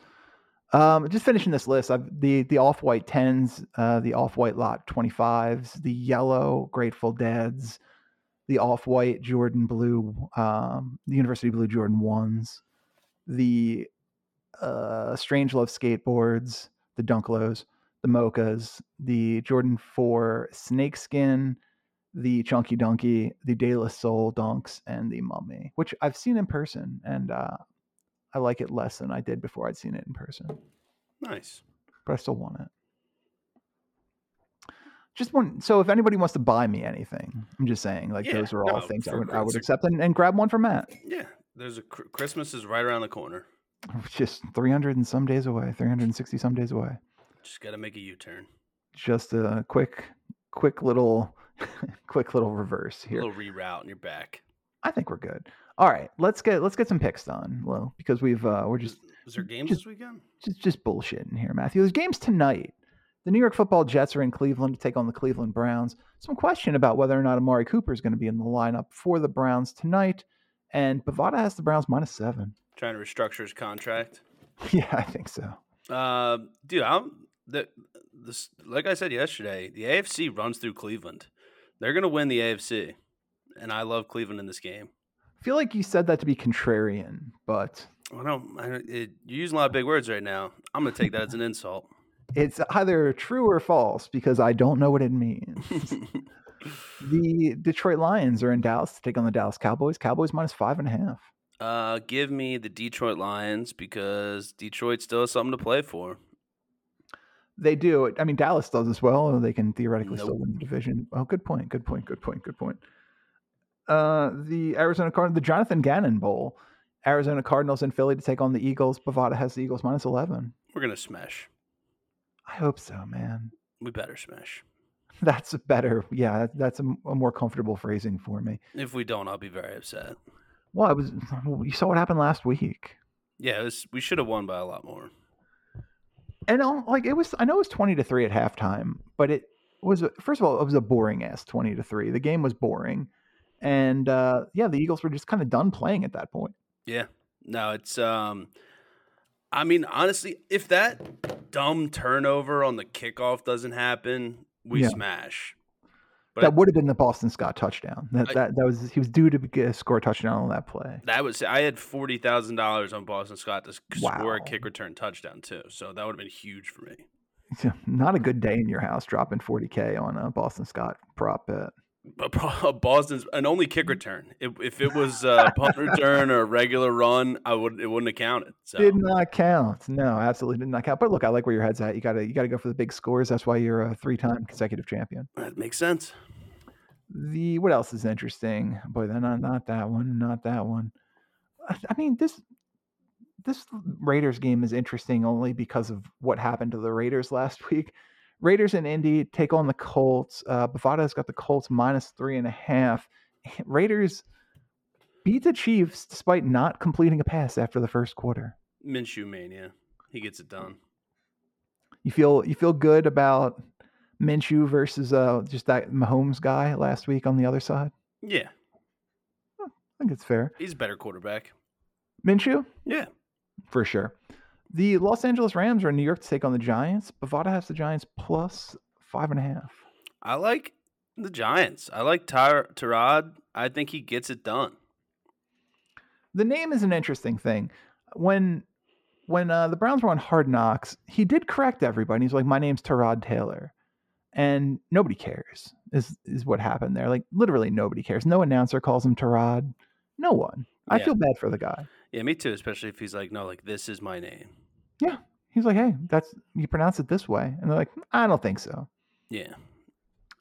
Speaker 1: Um, just finishing this list, I've, the the off white tens, uh, the off white lot twenty fives, the yellow Grateful Dead's, the off white Jordan blue, um, the University blue Jordan ones, the uh, Strange Love skateboards, the Dunklos, the Mochas, the Jordan four Snakeskin, the Chunky Donkey, the De La Soul Dunks, and the Mummy, which I've seen in person, and uh, I like it less than I did before I'd seen it in person,
Speaker 2: nice.
Speaker 1: but I still want it. Just one. So if anybody wants to buy me anything, I'm just saying, like
Speaker 2: Yeah,
Speaker 1: those are all
Speaker 2: no,
Speaker 1: things I
Speaker 2: for
Speaker 1: would I would
Speaker 2: Christ's sake.
Speaker 1: accept and, and grab one for Matt.
Speaker 2: Yeah, there's a Chr- Christmas is right around the corner.
Speaker 1: Just 300 and some days away, 360 some days away.
Speaker 2: Just got to make a U-turn.
Speaker 1: Just a quick, quick little, quick little reverse
Speaker 2: A
Speaker 1: here.
Speaker 2: little reroute, and you're back.
Speaker 1: I think we're good. All right, let's get let's get some picks done, Lou, because we've uh, we're just
Speaker 2: Was there games
Speaker 1: Just-
Speaker 2: this weekend?
Speaker 1: just just bullshitting here, Matthew. There's games tonight. The New York Football Jets are in Cleveland to take on the Cleveland Browns. Some question about whether or not Amari Cooper is going to be in the lineup for the Browns tonight. And Bavada has the Browns minus seven.
Speaker 2: Trying to restructure his contract.
Speaker 1: Yeah, I think so.
Speaker 2: Uh, dude, I'm the this like I said yesterday. The AFC runs through Cleveland. They're gonna win the AFC, and I love Cleveland in this game.
Speaker 1: I feel like you said that to be contrarian, but
Speaker 2: I don't. I, don't- it, you're using a lot of big words right now. I'm gonna take that as an insult.
Speaker 1: it's either true or false because I don't know what it means. the Detroit Lions are in Dallas to take on the Dallas Cowboys. Cowboys minus five and a half.
Speaker 2: uh, give me the Detroit Lions because Detroit still has something to play for.
Speaker 1: They do. I mean, Dallas does as well. They can theoretically still
Speaker 2: Nope.
Speaker 1: win the division. Oh, good point. Good point. Good point. Good point. Uh, the Arizona Cardinals, the Jonathan Gannon Bowl. Arizona Cardinals in Philly to take on the Eagles. Bavada has the Eagles minus 11.
Speaker 2: We're gonna smash.
Speaker 1: I hope so, man.
Speaker 2: We better smash.
Speaker 1: That's a better. Yeah, that- that's a, m- a more comfortable phrasing for me.
Speaker 2: If we don't, I'll be very upset.
Speaker 1: Well, I was. You saw what happened last week.
Speaker 2: Yeah, it was, we should have won by a lot more.
Speaker 1: and I'll- like it was i know it was 20 to 3 at halftime but it was a- first of all it was a boring ass 20 to 3 the game was boring and uh yeah the eagles were just kind of done playing at that point
Speaker 2: Yeah. No, it's um I mean, honestly, if that dumb turnover on the kickoff doesn't happen, we
Speaker 1: Yeah.
Speaker 2: smash. But
Speaker 1: that would have been the boston scott touchdown that
Speaker 2: I-
Speaker 1: that, that was he was due to be, uh, score a touchdown on that play
Speaker 2: that was I had forty thousand dollars on Boston Scott to sc- score a
Speaker 1: Wow.
Speaker 2: kick return touchdown too. So that would have been huge for me.
Speaker 1: not a good day in your house dropping 40k on a boston scott prop bet
Speaker 2: But Bo- Boston's an only kick
Speaker 1: Mm.
Speaker 2: return. If if it was a punt return or a regular run, I would it wouldn't have counted. So
Speaker 1: did not count no absolutely did not count but look i like where your head's at you gotta you gotta go for the big scores that's why you're a three-time consecutive champion
Speaker 2: that makes sense.
Speaker 1: the what else is interesting? Boy, then not not that one, not that one. I, I mean this this Raiders game is interesting only because of what happened to the Raiders last week. Raiders and Indy take on the Colts. Uh, Bavada's got the Colts minus three and a half. Raiders beat the Chiefs despite not completing a pass after the first quarter.
Speaker 2: Minshew mania. He gets it done.
Speaker 1: You feel you feel good about Minshew versus uh, just that Mahomes guy last week on the other side.
Speaker 2: Yeah,
Speaker 1: I think it's fair.
Speaker 2: he's a better quarterback.
Speaker 1: Minshew,
Speaker 2: Yeah.
Speaker 1: for sure. The Los Angeles Rams are in New York to take on the Giants. Bavada has the Giants plus five and a half.
Speaker 2: I like the Giants. I like Ty- Tyrod. I think he gets it done.
Speaker 1: The name is an interesting thing. When when uh, the Browns were on Hard Knocks, he did correct everybody. He's like, "My name's Terod Taylor," and nobody cares is is what happened there like literally nobody cares no announcer calls him Tarad no one I
Speaker 2: Yeah.
Speaker 1: feel bad for the guy
Speaker 2: Yeah, me too. Especially if he's like, no, like this is my name.
Speaker 1: he's like hey that's you pronounce it this way and they're like I don't think so
Speaker 2: Yeah,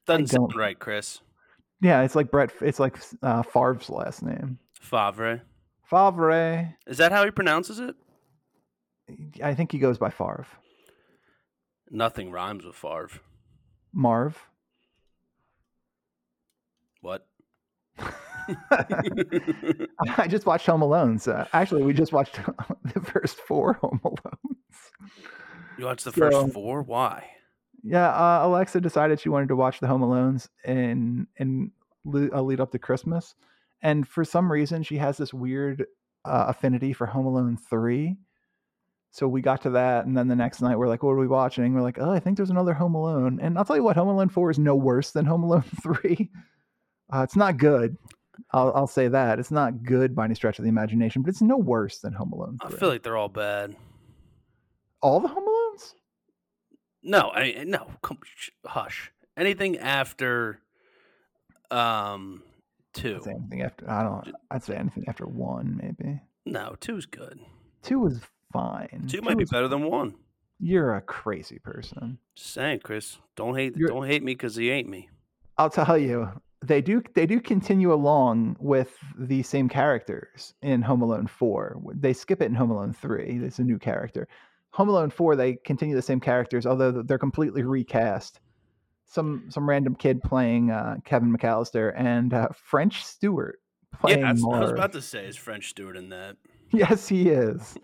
Speaker 2: doesn't sound
Speaker 1: don't-
Speaker 2: right, Chris
Speaker 1: yeah it's like Brett it's like uh, Favre's last name
Speaker 2: Favre.
Speaker 1: Favre
Speaker 2: Is that how he pronounces it?
Speaker 1: I think he goes by Favre
Speaker 2: Nothing rhymes with Favre.
Speaker 1: Marv
Speaker 2: What?
Speaker 1: I just watched Home Alone so actually we just watched the first four Home Alone
Speaker 2: You watched the
Speaker 1: So-
Speaker 2: first four? Why?
Speaker 1: Yeah, uh, Alexa decided she wanted to watch The Home Alones and and uh, lead up to Christmas, and for some reason she has this weird uh, affinity for Home Alone three. So we got to that, and then the next night we're like, "What are we watching?" We're like, "Oh, I think there's another Home Alone," and I'll tell you what, Home Alone four is no worse than Home Alone three. Uh, it's not good. I'll, I'll say that it's not good by any stretch of the imagination, but it's no worse than Home Alone.
Speaker 2: I
Speaker 1: 3.
Speaker 2: feel like they're all bad.
Speaker 1: all the Home Alones.
Speaker 2: No, I no. Come, sh- hush. Anything after, um, two?
Speaker 1: I'd say anything after I don't. I'd say anything after one, maybe.
Speaker 2: No, two's good.
Speaker 1: Two was fine.
Speaker 2: Two might be
Speaker 1: was-
Speaker 2: better than one.
Speaker 1: You're a crazy person.
Speaker 2: Just saying, Chris. Don't hate.
Speaker 1: You're-
Speaker 2: Don't hate me because he ain't me.
Speaker 1: I'll tell you, they do they do continue along with the same characters in Home Alone Four. They skip it in Home Alone Three. It's a new character. Home Alone Four, they continue the same characters, although they're completely recast. Some some random kid playing uh, Kevin McAllister and uh, French Stewart playing
Speaker 2: yeah, that's, I was
Speaker 1: Marv.
Speaker 2: about to say is French Stewart in that.
Speaker 1: Yes, he is.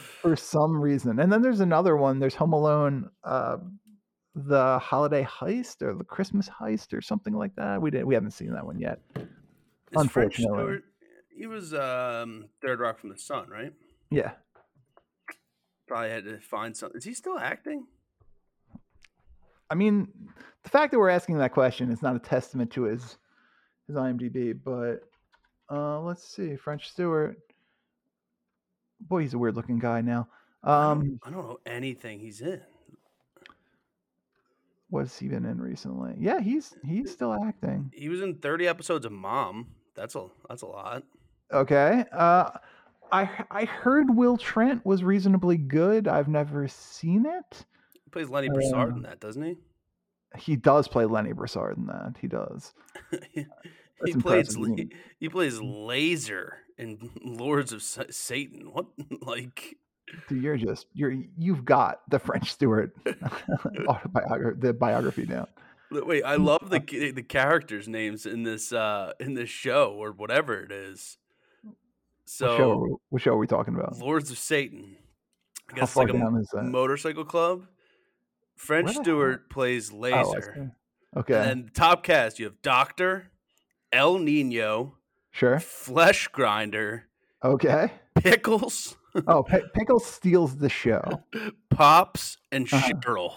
Speaker 1: For some reason. And then there's another one. There's Home Alone, uh, the holiday heist or the Christmas heist or something like that. We didn't we haven't seen that one yet.
Speaker 2: Is French
Speaker 1: Unfortunately.
Speaker 2: Stewart, he was um, Third Rock from the Sun, right?
Speaker 1: Yeah.
Speaker 2: Probably had to find something. Is he still acting?
Speaker 1: I mean, the fact that we're asking that question is not a testament to his his IMDb, but uh let's see. French Stewart. Boy, he's a weird looking guy now.
Speaker 2: I don't-
Speaker 1: Um
Speaker 2: I don't know anything he's in.
Speaker 1: what's he been in recently? Yeah, he's he's still acting.
Speaker 2: He was in thirty episodes of Mom. That's a that's a lot.
Speaker 1: Okay. Uh, I he- I heard Will Trent was reasonably good. I've never seen it.
Speaker 2: He plays Lenny Broussard
Speaker 1: Uh,
Speaker 2: in that, doesn't he?
Speaker 1: He does play Lenny Broussard in that. He does.
Speaker 2: he
Speaker 1: That's
Speaker 2: plays
Speaker 1: impressive,
Speaker 2: la-
Speaker 1: isn't
Speaker 2: he plays Laser in Lords of Sa- Satan. What like
Speaker 1: Dude, you're just you're you've got the French Stewart autobiography the biography down.
Speaker 2: li- wait? I love the ca- the characters' names in this uh in this show or whatever it is.
Speaker 1: what, show are
Speaker 2: So
Speaker 1: we, what show are we talking about?
Speaker 2: Lords of Satan. I
Speaker 1: How
Speaker 2: guess it's
Speaker 1: far
Speaker 2: like a
Speaker 1: down
Speaker 2: m-
Speaker 1: is that?
Speaker 2: motorcycle club.
Speaker 1: the
Speaker 2: French
Speaker 1: hell-
Speaker 2: Stewart plays
Speaker 1: Oh, I
Speaker 2: Laser.
Speaker 1: see. okay,
Speaker 2: And then top cast, you have Doctor, El Nino,
Speaker 1: sure.
Speaker 2: Flesh Grinder,
Speaker 1: Okay.
Speaker 2: Pickles,
Speaker 1: Oh, P- Pickle steals the show.
Speaker 2: Pops, and
Speaker 1: Uh-huh.
Speaker 2: Cheryl.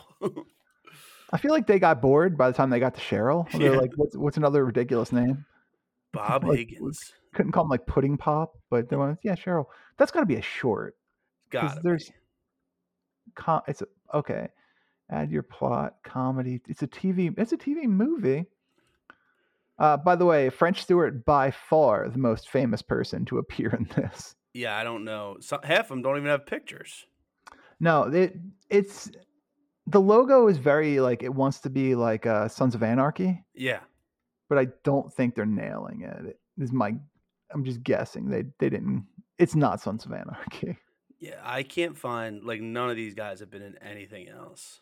Speaker 1: I feel like they got bored by the time they got to Cheryl. They're
Speaker 2: Yeah.
Speaker 1: like, "What's what's another ridiculous name?"
Speaker 2: Bob
Speaker 1: Like,
Speaker 2: Higgins.
Speaker 1: couldn't call him like pudding pop, but they went, yeah, Cheryl. That's got to be a short.
Speaker 2: Got it.
Speaker 1: there's- Com- it's a, okay. Add your plot comedy. It's a TV. It's a TV movie. Uh, by the way, French Stewart by far the most famous person to appear in this.
Speaker 2: Yeah, I don't know. So, half of them don't even have pictures.
Speaker 1: No, it it's the logo is very like it wants to be like uh, Sons of Anarchy,
Speaker 2: Yeah.
Speaker 1: but I don't think they're nailing it. It is my. I'm just guessing they they didn't. It's not Sons of Anarchy.
Speaker 2: Yeah, I can't find, like, none of these guys have been in anything else.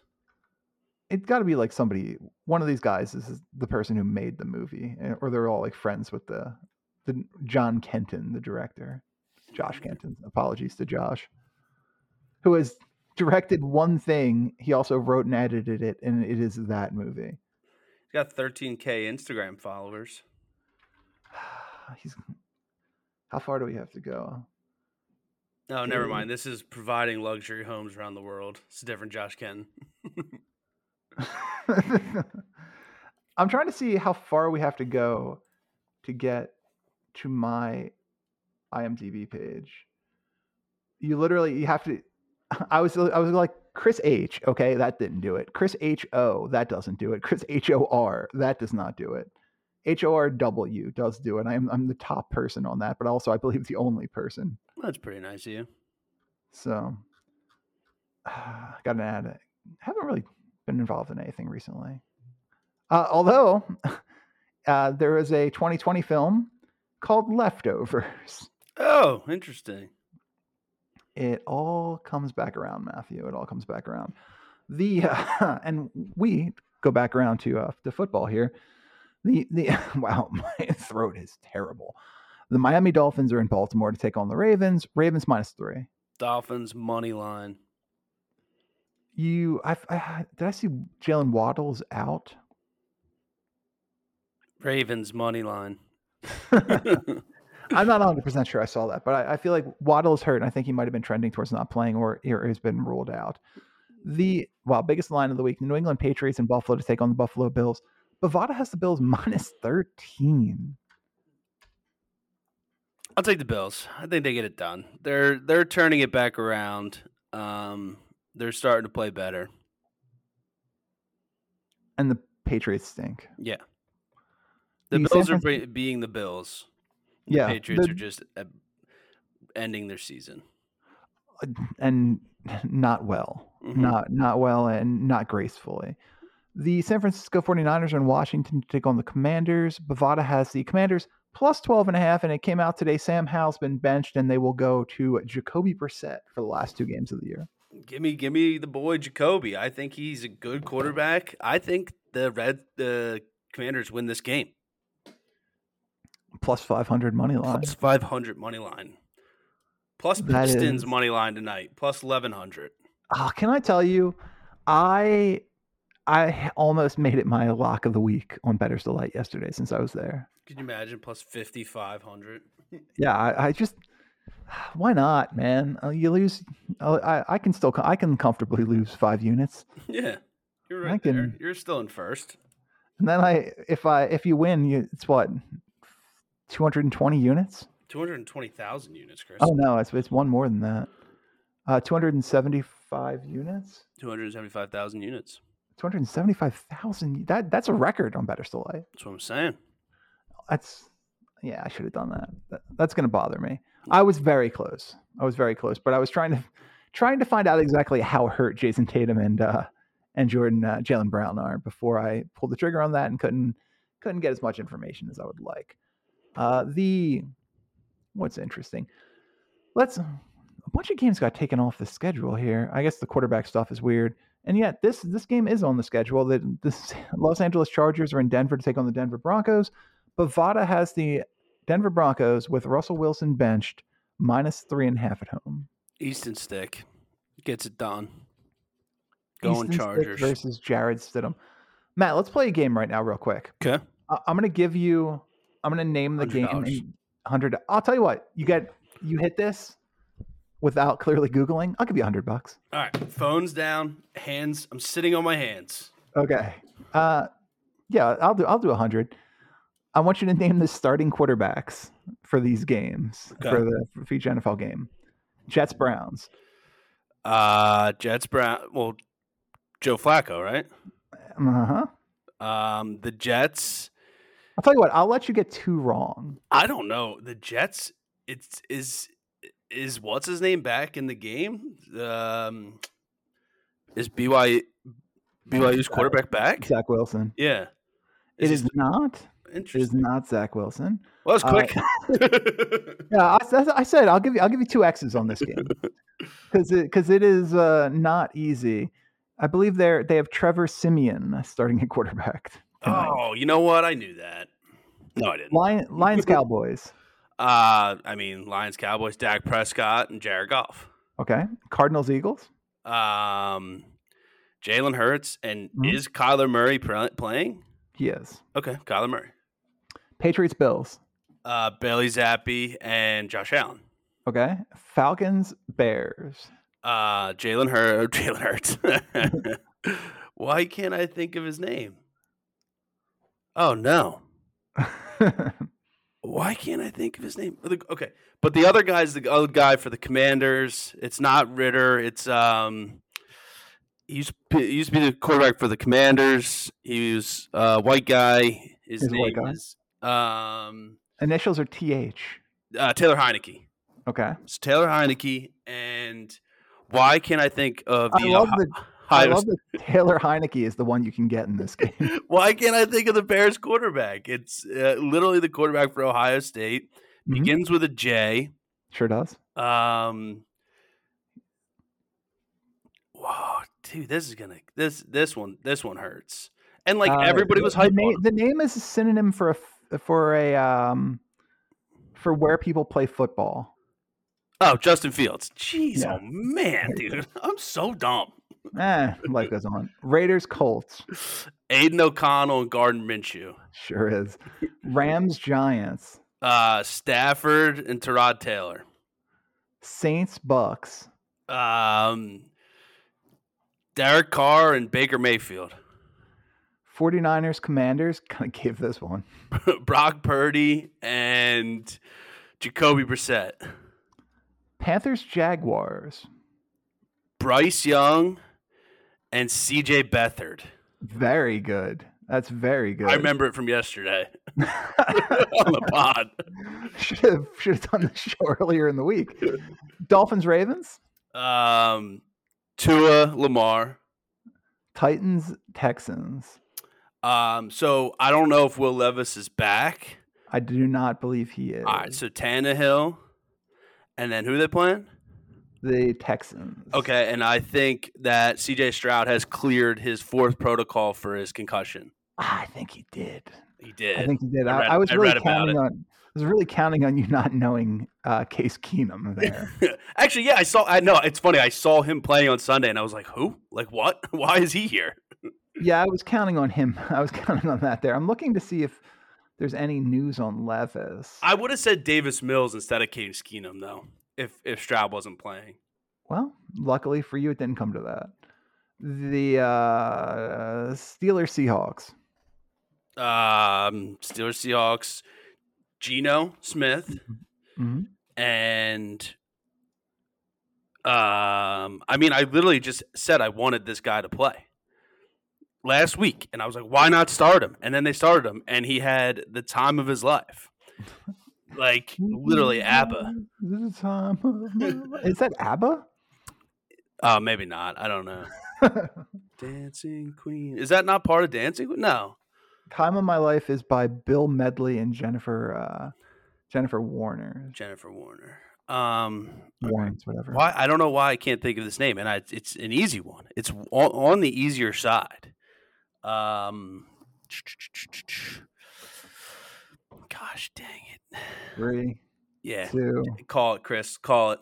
Speaker 1: it's got to be like somebody one of these guys is the person who made the movie eh, or they're all like friends with the the john kenton the director josh kenton apologies to josh who has directed one thing he also wrote and edited it and it is that movie
Speaker 2: He's got 13K Instagram followers.
Speaker 1: he's how far do we have to go
Speaker 2: No, Oh, never
Speaker 1: Mm.
Speaker 2: mind. This is providing luxury homes around the world. It's a different Josh Ken.
Speaker 1: i'm trying to see how far we have to go to get to my IMDb page. You literally you have to. I was I was like Chris H. Okay, that didn't do it. Chris H O. That doesn't do it. Chris H O R. That does not do it. H O R W does do it. I'm I'm the top person on that, but also I believe the only person.
Speaker 2: That's pretty nice of you.
Speaker 1: So, got an ad. I haven't really been involved in anything recently. Uh, although uh, there was a 2020 film called Leftovers.
Speaker 2: Oh, interesting.
Speaker 1: It all comes back around, Matthew. It all comes back around. The uh, and we go back around to uh, to football here. The the wow, my throat is terrible. The Miami Dolphins are in Baltimore to take on the Ravens. Ravens minus three.
Speaker 2: Dolphins money line.
Speaker 1: You, I, I did I see Jalen Waddles out?
Speaker 2: Ravens money line.
Speaker 1: I'm not 100 percent sure I saw that, but I, I feel like Waddle's hurt, and I think he might have been trending towards not playing or, or has been ruled out. The well, biggest line of the week: the New England Patriots and Buffalo to take on the Buffalo Bills. Bovada has the Bills minus 13.
Speaker 2: I'll take the Bills. I think they get it done. They're they're turning it back around. Um, they're starting to play better.
Speaker 1: And the Patriots stink.
Speaker 2: Yeah, the,
Speaker 1: The San
Speaker 2: Bills are
Speaker 1: Francisco-
Speaker 2: bre- being the Bills. The
Speaker 1: Yeah,
Speaker 2: Patriots
Speaker 1: the-
Speaker 2: are just uh, ending their season.
Speaker 1: and not well
Speaker 2: Mhm.
Speaker 1: not not well and not gracefully the san francisco 49ers are in washington to take on the commanders bovada has the commanders plus 12 and a half and it came out today sam howell's been benched and they will go to jacoby brissett for the last two games of the year
Speaker 2: Give me, give me the boy Jacoby. I think he's a good quarterback. I think the red the Commanders win this game.
Speaker 1: plus 500 money line
Speaker 2: Plus five hundred money line. Plus
Speaker 1: That
Speaker 2: Pistons
Speaker 1: is-
Speaker 2: money line tonight. Plus eleven hundred.
Speaker 1: oh, can i tell you i i almost made it my lock of the week on better's delight yesterday since i was there
Speaker 2: Could you imagine? Plus fifty five hundred.
Speaker 1: yeah I, I just why not man Uh, you lose uh, I, I can still co- i can comfortably lose five units
Speaker 2: Yeah, you're
Speaker 1: I
Speaker 2: right there.
Speaker 1: can-
Speaker 2: You're still in first.
Speaker 1: and then i if i if you win you it's what 220 units
Speaker 2: Two hundred twenty thousand units, Chris.
Speaker 1: oh no it's, it's one more than that uh 275 units
Speaker 2: Two hundred seventy five thousand units.
Speaker 1: 275000 that that's a record on better still life
Speaker 2: That's what I'm saying.
Speaker 1: that's yeah i should have done that. that that's gonna bother me i was very close i was very close but i was trying to trying to find out exactly how hurt jason tatum and uh and jordan uh, jalen brown are before i pulled the trigger on that and couldn't couldn't get as much information as i would like uh the what's interesting let's a bunch of games got taken off the schedule here i guess the quarterback stuff is weird and yet this this game is on the schedule that the los angeles chargers are in denver to take on the denver broncos Bovada has the Denver Broncos with Russell Wilson benched minus three and a half at home.
Speaker 2: Easton Stick gets it done. Going
Speaker 1: Easton Stick
Speaker 2: Chargers.
Speaker 1: versus Jared Stidham. Matt, let's play a game right now, real quick.
Speaker 2: Okay.
Speaker 1: I- am gonna give you. I'm gonna name the game.
Speaker 2: $100.
Speaker 1: and- Hundred. I'll tell you what. You get. You hit this without clearly googling. I'll give you a hundred bucks.
Speaker 2: All right. Phones down. Hands. I'm sitting on my hands.
Speaker 1: Okay. Uh, yeah. I'll do. I'll do a hundred. I want you to name the starting quarterbacks for these games
Speaker 2: Okay.
Speaker 1: for the for each NFL game. Jets Browns.
Speaker 2: Uh Jets Brown. Well, Joe Flacco, right?
Speaker 1: Uh huh.
Speaker 2: Um, the Jets.
Speaker 1: I'll tell you what. I'll let you get two wrong.
Speaker 2: I don't know. The Jets. It's is is what's his name back in the game? Um, is BY BYU's quarterback back?
Speaker 1: Zach Wilson.
Speaker 2: Yeah.
Speaker 1: It
Speaker 2: This
Speaker 1: is not. It is
Speaker 2: interesting.
Speaker 1: not Zach Wilson.
Speaker 2: Well, that
Speaker 1: uh,
Speaker 2: was quick.
Speaker 1: Yeah, I, that's- I said I'll give you. I'll give you two X's on this game because because it is uh, not easy. I believe they're they have Trevor Simeon starting at quarterback. tonight.
Speaker 2: oh, you know what? I knew that. No, I didn't.
Speaker 1: Lion, Lions Cowboys.
Speaker 2: Uh, I mean, Lions, Cowboys, Dak Prescott, and Jared Goff.
Speaker 1: Okay. Cardinals Eagles.
Speaker 2: Um, Jalen Hurts, and
Speaker 1: Mhm.
Speaker 2: is Kyler Murray pr- playing?
Speaker 1: He is.
Speaker 2: Okay, Kyler Murray.
Speaker 1: Patriots Bills.
Speaker 2: Uh, Bailey Zappi and Josh Allen.
Speaker 1: Okay. Falcons Bears.
Speaker 2: Uh, Jalen Hur- Jalen Hurts. Why can't I think of his name? Oh no. Why can't I think of his name? The- Okay, but the other guy's the other guy for the Commanders. It's not Ritter. It's um, He used, to be- he used to be the quarterback for the Commanders. He was a uh, white guy. His
Speaker 1: He's a
Speaker 2: name
Speaker 1: white guy.
Speaker 2: is um,
Speaker 1: Initials are TH.
Speaker 2: uh, Taylor Heineke.
Speaker 1: Okay.
Speaker 2: It's Taylor Heineke. And why can't I think of
Speaker 1: I
Speaker 2: the,
Speaker 1: love
Speaker 2: Ohio-
Speaker 1: that. I
Speaker 2: Ohio
Speaker 1: love that Taylor Heineke is the one you can get in this game.
Speaker 2: Why can't I think of the Bears quarterback? It's uh, literally the quarterback for Ohio State.
Speaker 1: Mhm.
Speaker 2: Begins with a J.
Speaker 1: Sure does.
Speaker 2: Um, whoa, dude, this is gonna this this one this one hurts. And like
Speaker 1: Uh,
Speaker 2: everybody was
Speaker 1: the- The
Speaker 2: hyped. on
Speaker 1: name,
Speaker 2: him.
Speaker 1: the name is a synonym for a f- for a um for where people play football.
Speaker 2: Oh, Justin Fields. Jeez,
Speaker 1: Yeah.
Speaker 2: oh man, dude, I'm so dumb.
Speaker 1: Eh, life goes on. Raiders Colts
Speaker 2: Aiden O'Connell and Gardner Minshew.
Speaker 1: sure is. Rams Giants
Speaker 2: Uh, Stafford and Terod Taylor.
Speaker 1: Saints Bucks
Speaker 2: Um, Derek Carr and Baker Mayfield.
Speaker 1: 49ers Commanders. Gonna give this one.
Speaker 2: Brock Purdy and Jacoby Brissett,
Speaker 1: Panthers Jaguars.
Speaker 2: Bryce Young, and C.J. Beathard.
Speaker 1: Very good. That's very good.
Speaker 2: I remember it from yesterday on the pod.
Speaker 1: should have should have done this show earlier in the week. Dolphins Ravens
Speaker 2: Um, Tua Lamar.
Speaker 1: Titans Texans.
Speaker 2: Um, so I don't know if Will Levis is back.
Speaker 1: I do not believe he is.
Speaker 2: All right, so Tannehill, and then who are they playing?
Speaker 1: the Texans.
Speaker 2: Okay, and I think that C.J. Stroud has cleared his fourth protocol for his concussion.
Speaker 1: I think he did.
Speaker 2: He did.
Speaker 1: I think he did.
Speaker 2: I
Speaker 1: I,
Speaker 2: read-
Speaker 1: I was
Speaker 2: I
Speaker 1: really
Speaker 2: read about
Speaker 1: counting
Speaker 2: it.
Speaker 1: on. I was really counting on you not knowing uh, Case Keenum there.
Speaker 2: Actually, yeah, I saw. I know it's funny. I saw him playing on Sunday, and I was like, "Who? Like what? Why is he here?"
Speaker 1: yeah, I was counting on him. I was counting on that there. I'm looking to see if there's any news on Levis.
Speaker 2: I would have said Davis Mills instead of Case Keenum, though, if if Stroud wasn't playing.
Speaker 1: well, luckily for you, it didn't come to that. The uh, Steelers Seahawks.
Speaker 2: Um, Steelers Seahawks, Geno Smith,
Speaker 1: Mhm.
Speaker 2: and um, I mean, I literally just said I wanted this guy to play last week, and I was like, "Why not start him?" And then they started him, and he had the time of his life. Like literally, ABBA.
Speaker 1: This is the time of my life. Is that ABBA?
Speaker 2: Oh, maybe not. I don't know. Dancing Queen. Is that not part of Dancing Queen? No.
Speaker 1: Time of My Life is by Bill Medley and Jennifer uh, Jennifer Warner.
Speaker 2: Jennifer Warner. Um,
Speaker 1: Warrens, whatever.
Speaker 2: why? I don't know why I can't think of this name, and I, it's an easy one. It's on, on the easier side. Um, gosh, dang it!
Speaker 1: Three,
Speaker 2: Yeah,
Speaker 1: two.
Speaker 2: call it, Chris. Call it.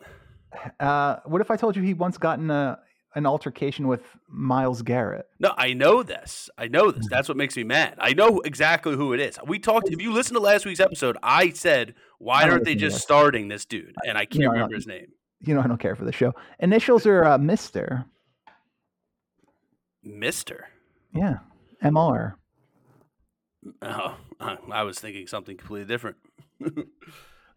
Speaker 1: Uh, what if I told you he once got in a, an altercation with Miles Garrett?
Speaker 2: No, I know this. I know
Speaker 1: Mm-hmm.
Speaker 2: this. That's what makes me mad. I know exactly who it is. We talked. If you listen to last week's episode, I said,
Speaker 1: I
Speaker 2: "Why
Speaker 1: don't
Speaker 2: aren't they
Speaker 1: listen to
Speaker 2: just
Speaker 1: last-
Speaker 2: starting this dude?" And I can't
Speaker 1: No, no.
Speaker 2: remember his name.
Speaker 1: You know, I don't care for the show. Initials are uh, Mister.
Speaker 2: Mister.
Speaker 1: Yeah, Mr.
Speaker 2: Oh, I I was thinking something completely different.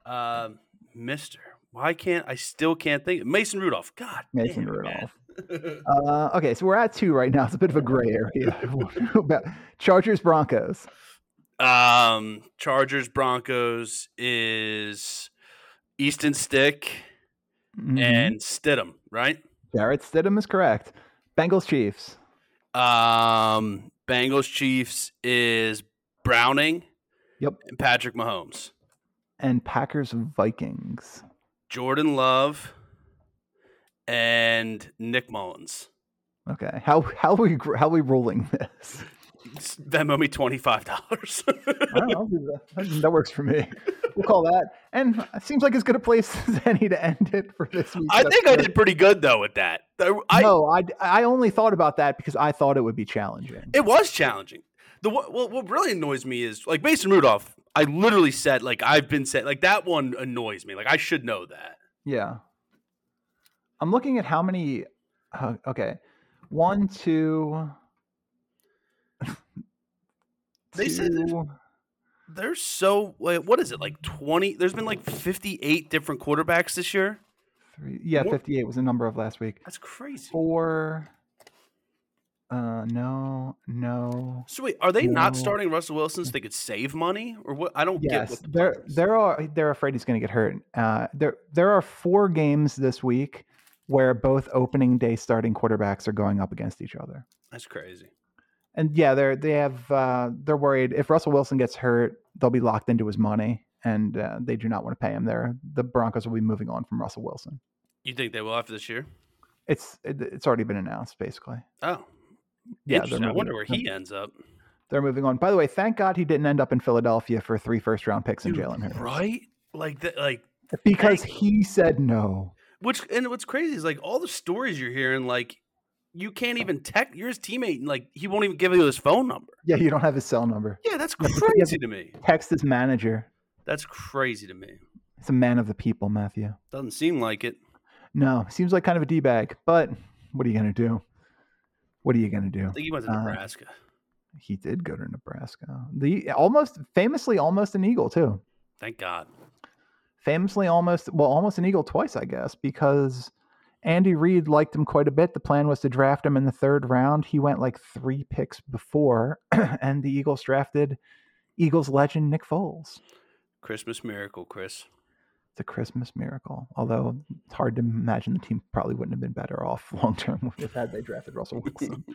Speaker 2: um, Mister. Why can't I still can't think? Mason Rudolph. God. damn
Speaker 1: Mason
Speaker 2: it, man.
Speaker 1: Rudolph. Uh, okay, so we're at two right now. It's a bit of a gray area. Chargers Broncos.
Speaker 2: Um, Chargers Broncos is Easton Stick
Speaker 1: Mhm.
Speaker 2: and Stidham, right?
Speaker 1: Jarrett Stidham is correct. Bengals Chiefs.
Speaker 2: Um, Bengals Chiefs is Browning.
Speaker 1: Yep.
Speaker 2: And Patrick Mahomes.
Speaker 1: And Packers Vikings.
Speaker 2: Jordan Love and Nick Mullins.
Speaker 1: Okay, how how are we gr- how are we rolling this?
Speaker 2: S- Venmo me twenty five dollars.
Speaker 1: I don't know, I'll do that. that works for me. We'll call that. And it seems like as good a place as any to end it for this week.
Speaker 2: I think I did pretty good though with that. I, I-
Speaker 1: no, I, I only thought about that because I thought it would be challenging.
Speaker 2: it was challenging. The what, what what really annoys me is like Mason Rudolph. I literally said like I've been said like that one annoys me. Like I should know that.
Speaker 1: Yeah. I'm looking at how many. Uh, okay. One, two.
Speaker 2: They said there's-
Speaker 1: two-
Speaker 2: There's so wait, what is it like twenty? There's been like fifty eight different quarterbacks this year.
Speaker 1: three. Yeah,
Speaker 2: More-
Speaker 1: 58 was the number of last week.
Speaker 2: That's crazy.
Speaker 1: Four, Uh, no, no.
Speaker 2: So wait, are they not
Speaker 1: No.
Speaker 2: starting Russell Wilson so they could save money, or what? I don't get.
Speaker 1: Yes,
Speaker 2: What the plan
Speaker 1: there
Speaker 2: is.
Speaker 1: there are they're afraid he's going to get hurt. Uh, there there are four games this week where both opening day starting quarterbacks are going up against each other.
Speaker 2: That's crazy.
Speaker 1: And yeah, they're they have uh, they're worried if Russell Wilson gets hurt, they'll be locked into his money, and uh, they do not want to pay him. There, the Broncos will be moving on from Russell Wilson.
Speaker 2: You think they will after this year?
Speaker 1: It's it, it's already been announced, basically.
Speaker 2: Oh,
Speaker 1: Yeah, they're
Speaker 2: interesting. I
Speaker 1: moving,
Speaker 2: wonder where
Speaker 1: they're-
Speaker 2: he ends up.
Speaker 1: They're moving on. By the way, thank God he didn't end up in Philadelphia for three first round picks in
Speaker 2: Dude,
Speaker 1: Jalen Hurts
Speaker 2: right? Like that. Like
Speaker 1: because
Speaker 2: thank-
Speaker 1: he said no.
Speaker 2: which? And what's crazy is like all the stories you're hearing. Like you can't even text. You're his teammate, and like he won't even give you his phone number.
Speaker 1: Yeah, you don't have his cell number.
Speaker 2: Yeah, that's
Speaker 1: That's- yeah,
Speaker 2: crazy to me.
Speaker 1: Text his manager.
Speaker 2: That's crazy to me.
Speaker 1: He's a man of the people, Matthew.
Speaker 2: Doesn't seem like it.
Speaker 1: No, seems like kind of a d bag, but what are you gonna do? What are you gonna do?
Speaker 2: I think he went to
Speaker 1: Uh,
Speaker 2: Nebraska.
Speaker 1: He did go to Nebraska. The almost famously almost an eagle too.
Speaker 2: Thank God.
Speaker 1: Famously almost well almost an eagle twice, I guess, because Andy Reid liked him quite a bit. The plan was to draft him in the third round. He went like three picks before, and the Eagles drafted Eagles legend Nick Foles.
Speaker 2: Christmas miracle, Chris.
Speaker 1: It's a Christmas miracle. Although it's hard to imagine the team probably wouldn't have been better off long term if had they drafted Russell Wilson.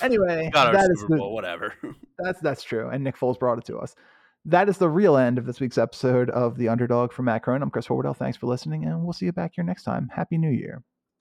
Speaker 1: anyway,
Speaker 2: Got our
Speaker 1: that is
Speaker 2: Super
Speaker 1: the,
Speaker 2: Bowl, whatever.
Speaker 1: that's that's true, and Nick Foles brought it to us. That is the real end of this week's episode of The Underdog from Macron. I'm Chris Horwoodell. Thanks for listening, and we'll see you back here next time. Happy New Year.